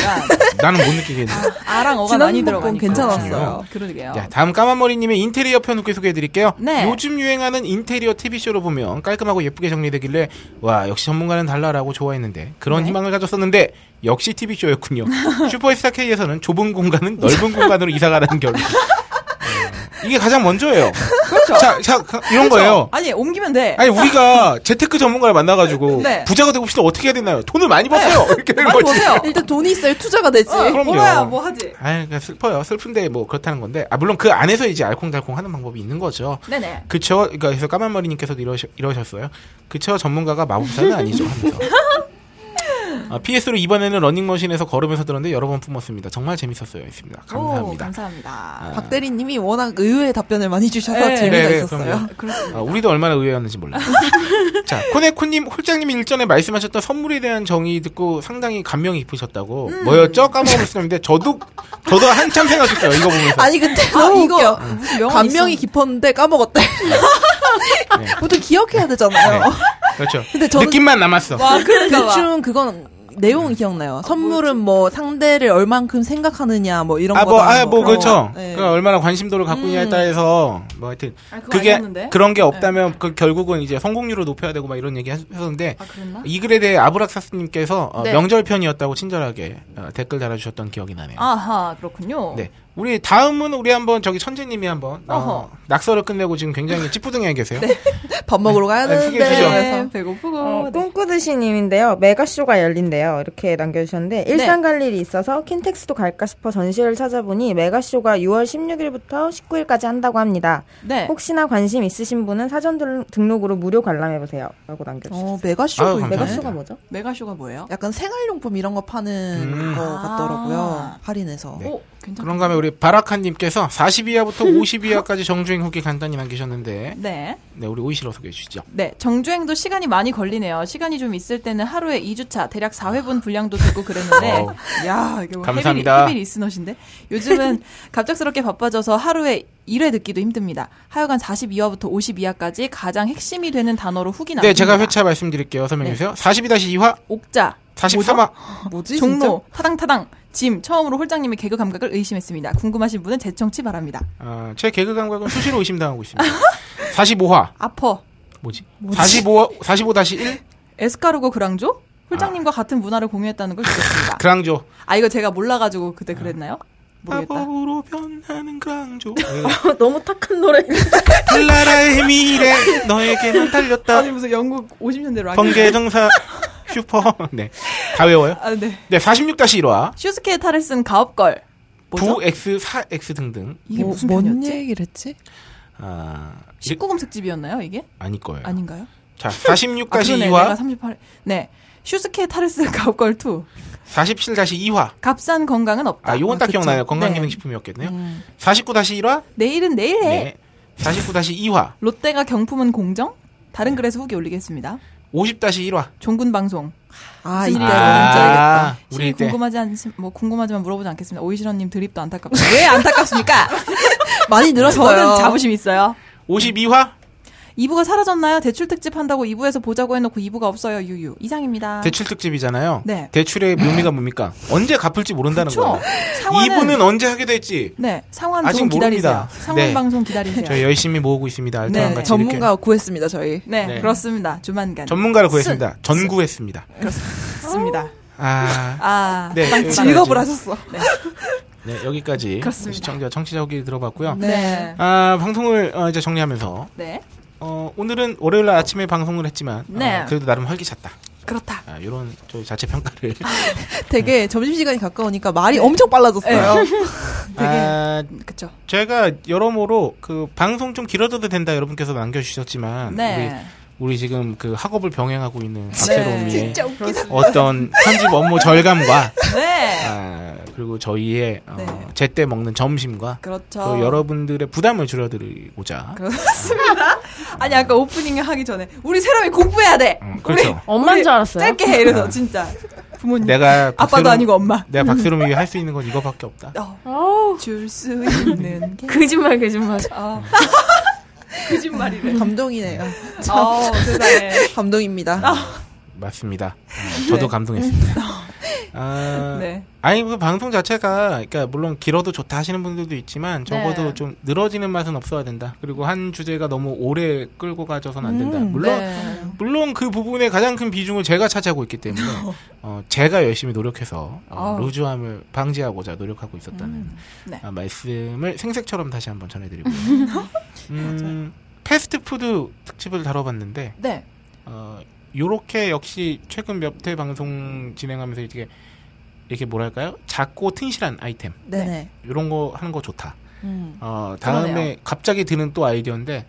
나는 못 느끼겠는데.
아랑 어가
지난번
많이
건
들어가니까
괜찮았어요.
그러게요.
자, 다음 까만머리님의 인테리어 편후께 소개해드릴게요.
네.
요즘 유행하는 인테리어 TV쇼로 보면 깔끔하고 예쁘게 정리되길래 와 역시 전문가는 달라라고 좋아했는데 그런
네.
희망을 가졌었는데 역시 TV쇼였군요. 슈퍼스타 K에서는 좁은 공간은 넓은 공간으로 이사가라는 결론. 어, 이게 가장 먼저예요.
그렇죠.
자, 자 가- 이런 거예요.
아니 옮기면 돼.
어. 아니 우리가 재테크 전문가를 만나가지고
네.
부자가 되고 싶다 어떻게 해야 되나요? 돈을 많이 버세요. 이렇게 되는
많이
거지.
보세요.
일단 돈이 있어야 투자가 되지.
어,
그럼요.
뭐야 뭐 하지?
아, 그러니까 슬퍼요. 슬픈데 뭐 그렇다는 건데. 아 물론 그 안에서 이제 알콩달콩하는 방법이 있는 거죠.
네네.
그쵸? 그러니까 그래서 까만머리님께서도 이러셔, 이러셨어요. 그쵸? 전문가가 마법사는 아니죠. 하면서. 아, PS로 이번에는 러닝머신에서 걸으면서 들었는데 여러 번 뿜었습니다. 정말 재밌었어요. 했습니다.
오,
감사합니다.
감사합니다.
박 대리님이 워낙 의외의 답변을 많이 주셔서
네.
재미가
네, 네,
있었어요.
그럼요.
그렇습니다.
아, 우리도 얼마나 의외였는지 몰라요. 자, 코네코님, 홀장님이 일전에 말씀하셨던 선물에 대한 정의 듣고 상당히 감명이 깊으셨다고. 뭐였죠? 까먹었었는데 저도, 저도 한참 생각했어요. 이거 보면서. 네.
아니 근데
아,
너무
이거
웃겨.
무슨 명언
감명이
있었는데.
깊었는데 까먹었대. 보통 기억해야 되잖아요.
네. 그렇죠.
근데 저는-
느낌만 남았어.
와 그런가 봐.
대충 그건 내용
음.
이 기억나요. 선물은 뭐 상대를 얼만큼 생각하느냐 뭐 이런
아,
거.
뭐, 아, 뭐, 그렇죠.
네.
그러니까 얼마나 관심도를 갖고 있냐에 따라서, 뭐, 하여튼.
음. 아, 그거
그게,
아니었는데? 네.
그런 게 없다면, 그 결국은 이제 성공률을 높여야 되고, 막 이런 얘기 하- 하셨는데,
아 그랬나?
이 글에 대해 아브락사스님께서 어,
네.
명절편이었다고 친절하게 어, 댓글 달아주셨던 기억이 나네요.
아하 그렇군요.
네. 우리 다음은 우리 한번 저기 천재님이 한번 어,
어허. 네.
낙서를 끝내고 지금 굉장히 찌뿌둥해 계세요.
밥 먹으러 가야
네,
되는데.
숙여주죠.
그래서
배고프고.
네.
어, 꿈꾸듯이 님인데요. 메가쇼가 열린대요. 이렇게 남겨주셨는데
네.
일산 갈 일이 있어서 킨텍스도 갈까 싶어 전시회를 찾아보니 메가쇼가 6월 16일부터 19일까지 한다고 합니다.
네.
혹시나 관심 있으신 분은 사전 등- 등록으로 무료 관람해보세요. 라고
어
네.
남겨주셨어요.
아유,
메가쇼도 있네.
감사합니다.
메가쇼가 뭐죠?
메가쇼가 뭐예요?
약간 생활용품 이런 거 파는
음.
거 같더라고요.
아.
할인해서.
오 괜찮.
네. 그런가 하면 우리 바라카님께서 40이하부터 50이하까지 정주행 후기 간단히 남기셨는데
네.
네 우리 오이시로 소개해 주시죠.
네, 정주행도 시간이 많이 걸리네요. 시간이 좀 있을 때는 하루에 2주차 대략 4회분 분량도 듣고 그랬는데,
어우.
야 이게 뭐
감사합니다.
헤비, 헤비 리스너신데 요즘은 갑작스럽게 바빠져서 하루에 1회 듣기도 힘듭니다. 하여간 42화부터 52화까지 가장 핵심이 되는 단어로 후기 남깁니다. 네.
네 제가 회차 말씀드릴게요. 설명해 주세요. 42-2화,
옥자,
43화.
어,
뭐지?
종로, 타당타당, 짐 처음으로 홀장님의 개그 감각을 의심했습니다. 궁금하신 분은 재청취 바랍니다.
어, 제 개그 감각은 수시로 의심당하고 있습니다. 45화
아퍼,
뭐지? 45 45-1
에스카르고 그랑조? 홀장님과 같은 문화를 공유했다는 걸 주셨습니다.
그랑조.
아 이거 제가 몰라가지고 그때 그랬나요? 모르겠다.
마법으로 변하는 그랑조.
너무 탁한 노래.
플라라의 미래 너에게만 달렸다.
아니 무슨 영국 50년대 락.
번개정사 슈퍼. 네. 다 외워요?
아 네.
네, 46-1화.
슈스케 타레슨 가업걸. 뭐죠?
부, X, 4, X 등등.
이게
뭐,
무슨
뭔
편이었지?
얘기를 했지?
아, 이게
19금 특집이었나요 이게?
아닐 거예요.
아닌가요?
자,
아, 그러네.
46-2화,
내가 38. 네. 슈스케 타레슨 가업걸 2.
47-2화.
값싼 건강은 없다.
아, 요건 딱
그쵸?
기억나요.
네.
건강기능식품이었겠네요. 49-1화.
내일은 내일 해.
네. 49-2화.
롯데가 경품은 공정? 다른
네.
글에서 후기 올리겠습니다.
50-1화.
종군 방송.
아,
스릴이라고
아,
뭔지 알겠다.
우리
우리
이때.
궁금하지 않뭐 궁금하지만 물어보지 않겠습니다. 오이시런님 드립도 안타깝습니다. 왜 안타깝습니까?
많이 늘었어요.
저는 자부심 있어요.
52화.
2부가 사라졌나요? 대출 특집 한다고 2부에서 보자고 해놓고 2부가 없어요. 유유. 이상입니다.
대출 특집이잖아요.
아. 네.
대출의 묘미가 뭡니까? 언제 갚을지 모른다는
그쵸?
거예요.
상환은-
이분은 언제 하게 될지
네. 상환
아직
좀 기다리세요.
모릅니다.
상환
네.
방송 기다리세요.
저 열심히 모으고 있습니다. 알토랑
네.
같이
전문가
이렇게.
구했습니다, 저희.
네,
네.
그렇습니다. 조만간.
전문가를 구했습니다. 전구했습니다.
그렇습니다.
아,
아,
네,
빵-
여기까지.
즐겁을 하셨-
하셨어.
네, 여기까지
그렇습니다.
시청자 청취자 후기 들어봤고요.
네.
아, 방송을 어, 이제 정리하면서
네.
어, 오늘은 월요일 날 아침에 방송을 했지만 어,
네.
그래도 나름 활기찼다.
그렇다.
아, 이런 저희 자체 평가를
아, 네.
되게 점심시간이 가까우니까 말이 엄청 빨라졌어요.
아,
그쵸.
제가 여러모로 그 방송 좀 길어져도 된다 여러분께서 남겨주셨지만
네.
아, 우리, 우리 지금 그 학업을 병행하고 있는 박세롬이의
진짜 웃기다.
어떤 편집 업무 절감과
네.
아, 그리고 저희의 어,
네.
제때 먹는 점심과
그렇죠.
또 여러분들의 부담을 줄여드리고자
그렇습니다. 아니 아까 오프닝 하기 전에 우리 새롬이 공부해야 돼.
음, 그렇죠.
우리
엄마인 줄 알았어요.
짧게 해 이래서 진짜 부모님
내가
아빠도
박세롬-
아니고 엄마. 어.
내가 박세롬이 할 수 있는 건 이거밖에 없다.
줄 수 있는 게
거짓말 거짓말.
아. 거짓말이래.
감동이네요.
아 세상에.
감동입니다.
아,
맞습니다. 어, 저도
네.
감동했습니다. 아,
네.
아니 그 방송 자체가 그러니까 물론 길어도 좋다 하시는 분들도 있지만 적어도
네.
좀 늘어지는 맛은 없어야 된다. 그리고 한 주제가 너무 오래 끌고 가져선 안 된다. 물론
네.
물론 그 부분의 가장 큰 비중을 제가 차지하고 있기 때문에 어, 제가 열심히 노력해서 어,
아우.
루즈함을 방지하고자 노력하고 있었다는
네.
아, 말씀을 생색처럼 다시 한번 전해드리고요. 음, 패스트푸드 특집을 다뤄봤는데
네.
어, 요렇게 역시 최근 몇 회 방송 진행하면서 이게 이렇게 뭐랄까요? 작고 튼실한 아이템
네네.
이런 거 하는 거 좋다.
음.
어, 다음에
그러네요.
갑자기 드는 또 아이디어인데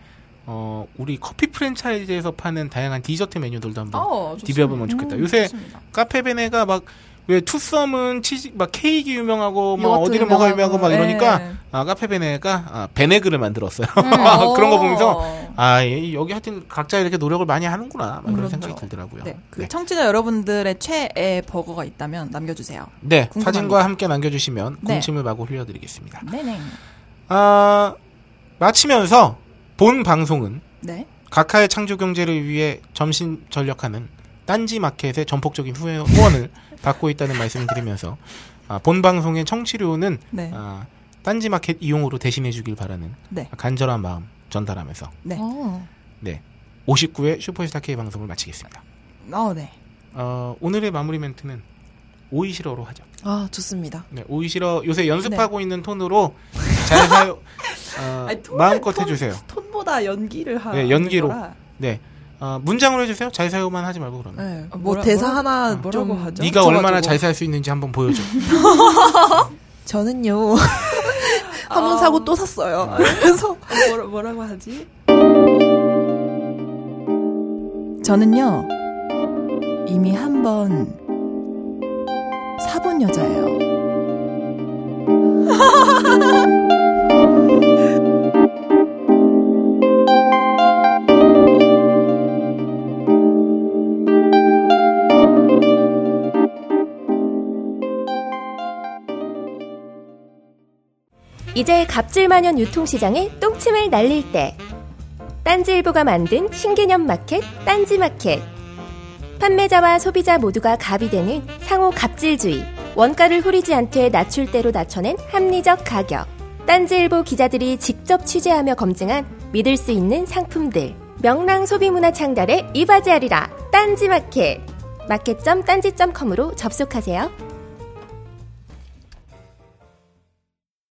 어, 우리 커피 프랜차이즈에서 파는 다양한 디저트 메뉴들도 한번
어, 좋습니다.
디벼보면 좋겠다.
음,
요새 뭐
좋습니다.
카페베네가 막 왜 투썸은 치즈 막 케이크 유명하고 막
요거트
어디는 뭐가 유명하고 막 이러니까
네.
아 카페베네가 아, 베네그를 만들었어요.
어.
그런 거 보면서 아 예, 여기 하여튼 각자 이렇게 노력을 많이 하는구나 막 그런
그렇죠.
생각이 들더라고요.
네. 그
네.
청취자 여러분들의 최애 버거가 있다면 남겨주세요.
네,
궁금합니다.
사진과 함께 남겨주시면
네.
공침을 마구 흘려드리겠습니다.
네네.
아, 마치면서 본 방송은
네.
각하의 창조 경제를 위해 점심 전력하는 딴지 마켓의 전폭적인 후회- 후원을 받고 있다는 말씀을 드리면서 아, 본 방송의 청취료는
네.
아, 딴지 마켓 이용으로 대신해 주길 바라는
네.
간절한 마음 전달하면서
네.
네 59회 슈퍼스타 K 방송을 마치겠습니다. 아.
어, 네.
어, 오늘의 마무리 멘트는 오이시러로 하죠.
아, 좋습니다.
네, 오이시러 요새 연습하고 있는 톤으로 잘 사요. 어,
네. 아니, 톤-
마음껏
톤-
해주세요.
톤보다 연기를 하는
네, 연기로.
거라.
네, 어, 문장으로 해주세요. 잘 사요만 하지 말고 그러면.
네.
아,
뭐
뭐라-
대사
뭐라-
하나
뭐라고
좀
하죠?
네가
붙여가지고.
얼마나 잘 살 수 있는지 한번 보여줘.
저는요. 한 번
아.
사고 또 샀어요. 그래서
뭐라, 뭐라고 하지? 저는요 이미 한 번 사본 여자예요.
이제 갑질만연 유통시장에 똥침을 날릴 때 딴지일보가 만든 신개념 마켓 딴지마켓 판매자와 소비자 모두가 갑이 되는 상호 갑질주의 원가를 후리지 않게 낮출대로 낮춰낸 합리적 가격 딴지일보 기자들이 직접 취재하며 검증한 믿을 수 있는 상품들 명랑 소비문화 창달에 이바지하리라 딴지마켓 마켓.딴지.com으로 접속하세요.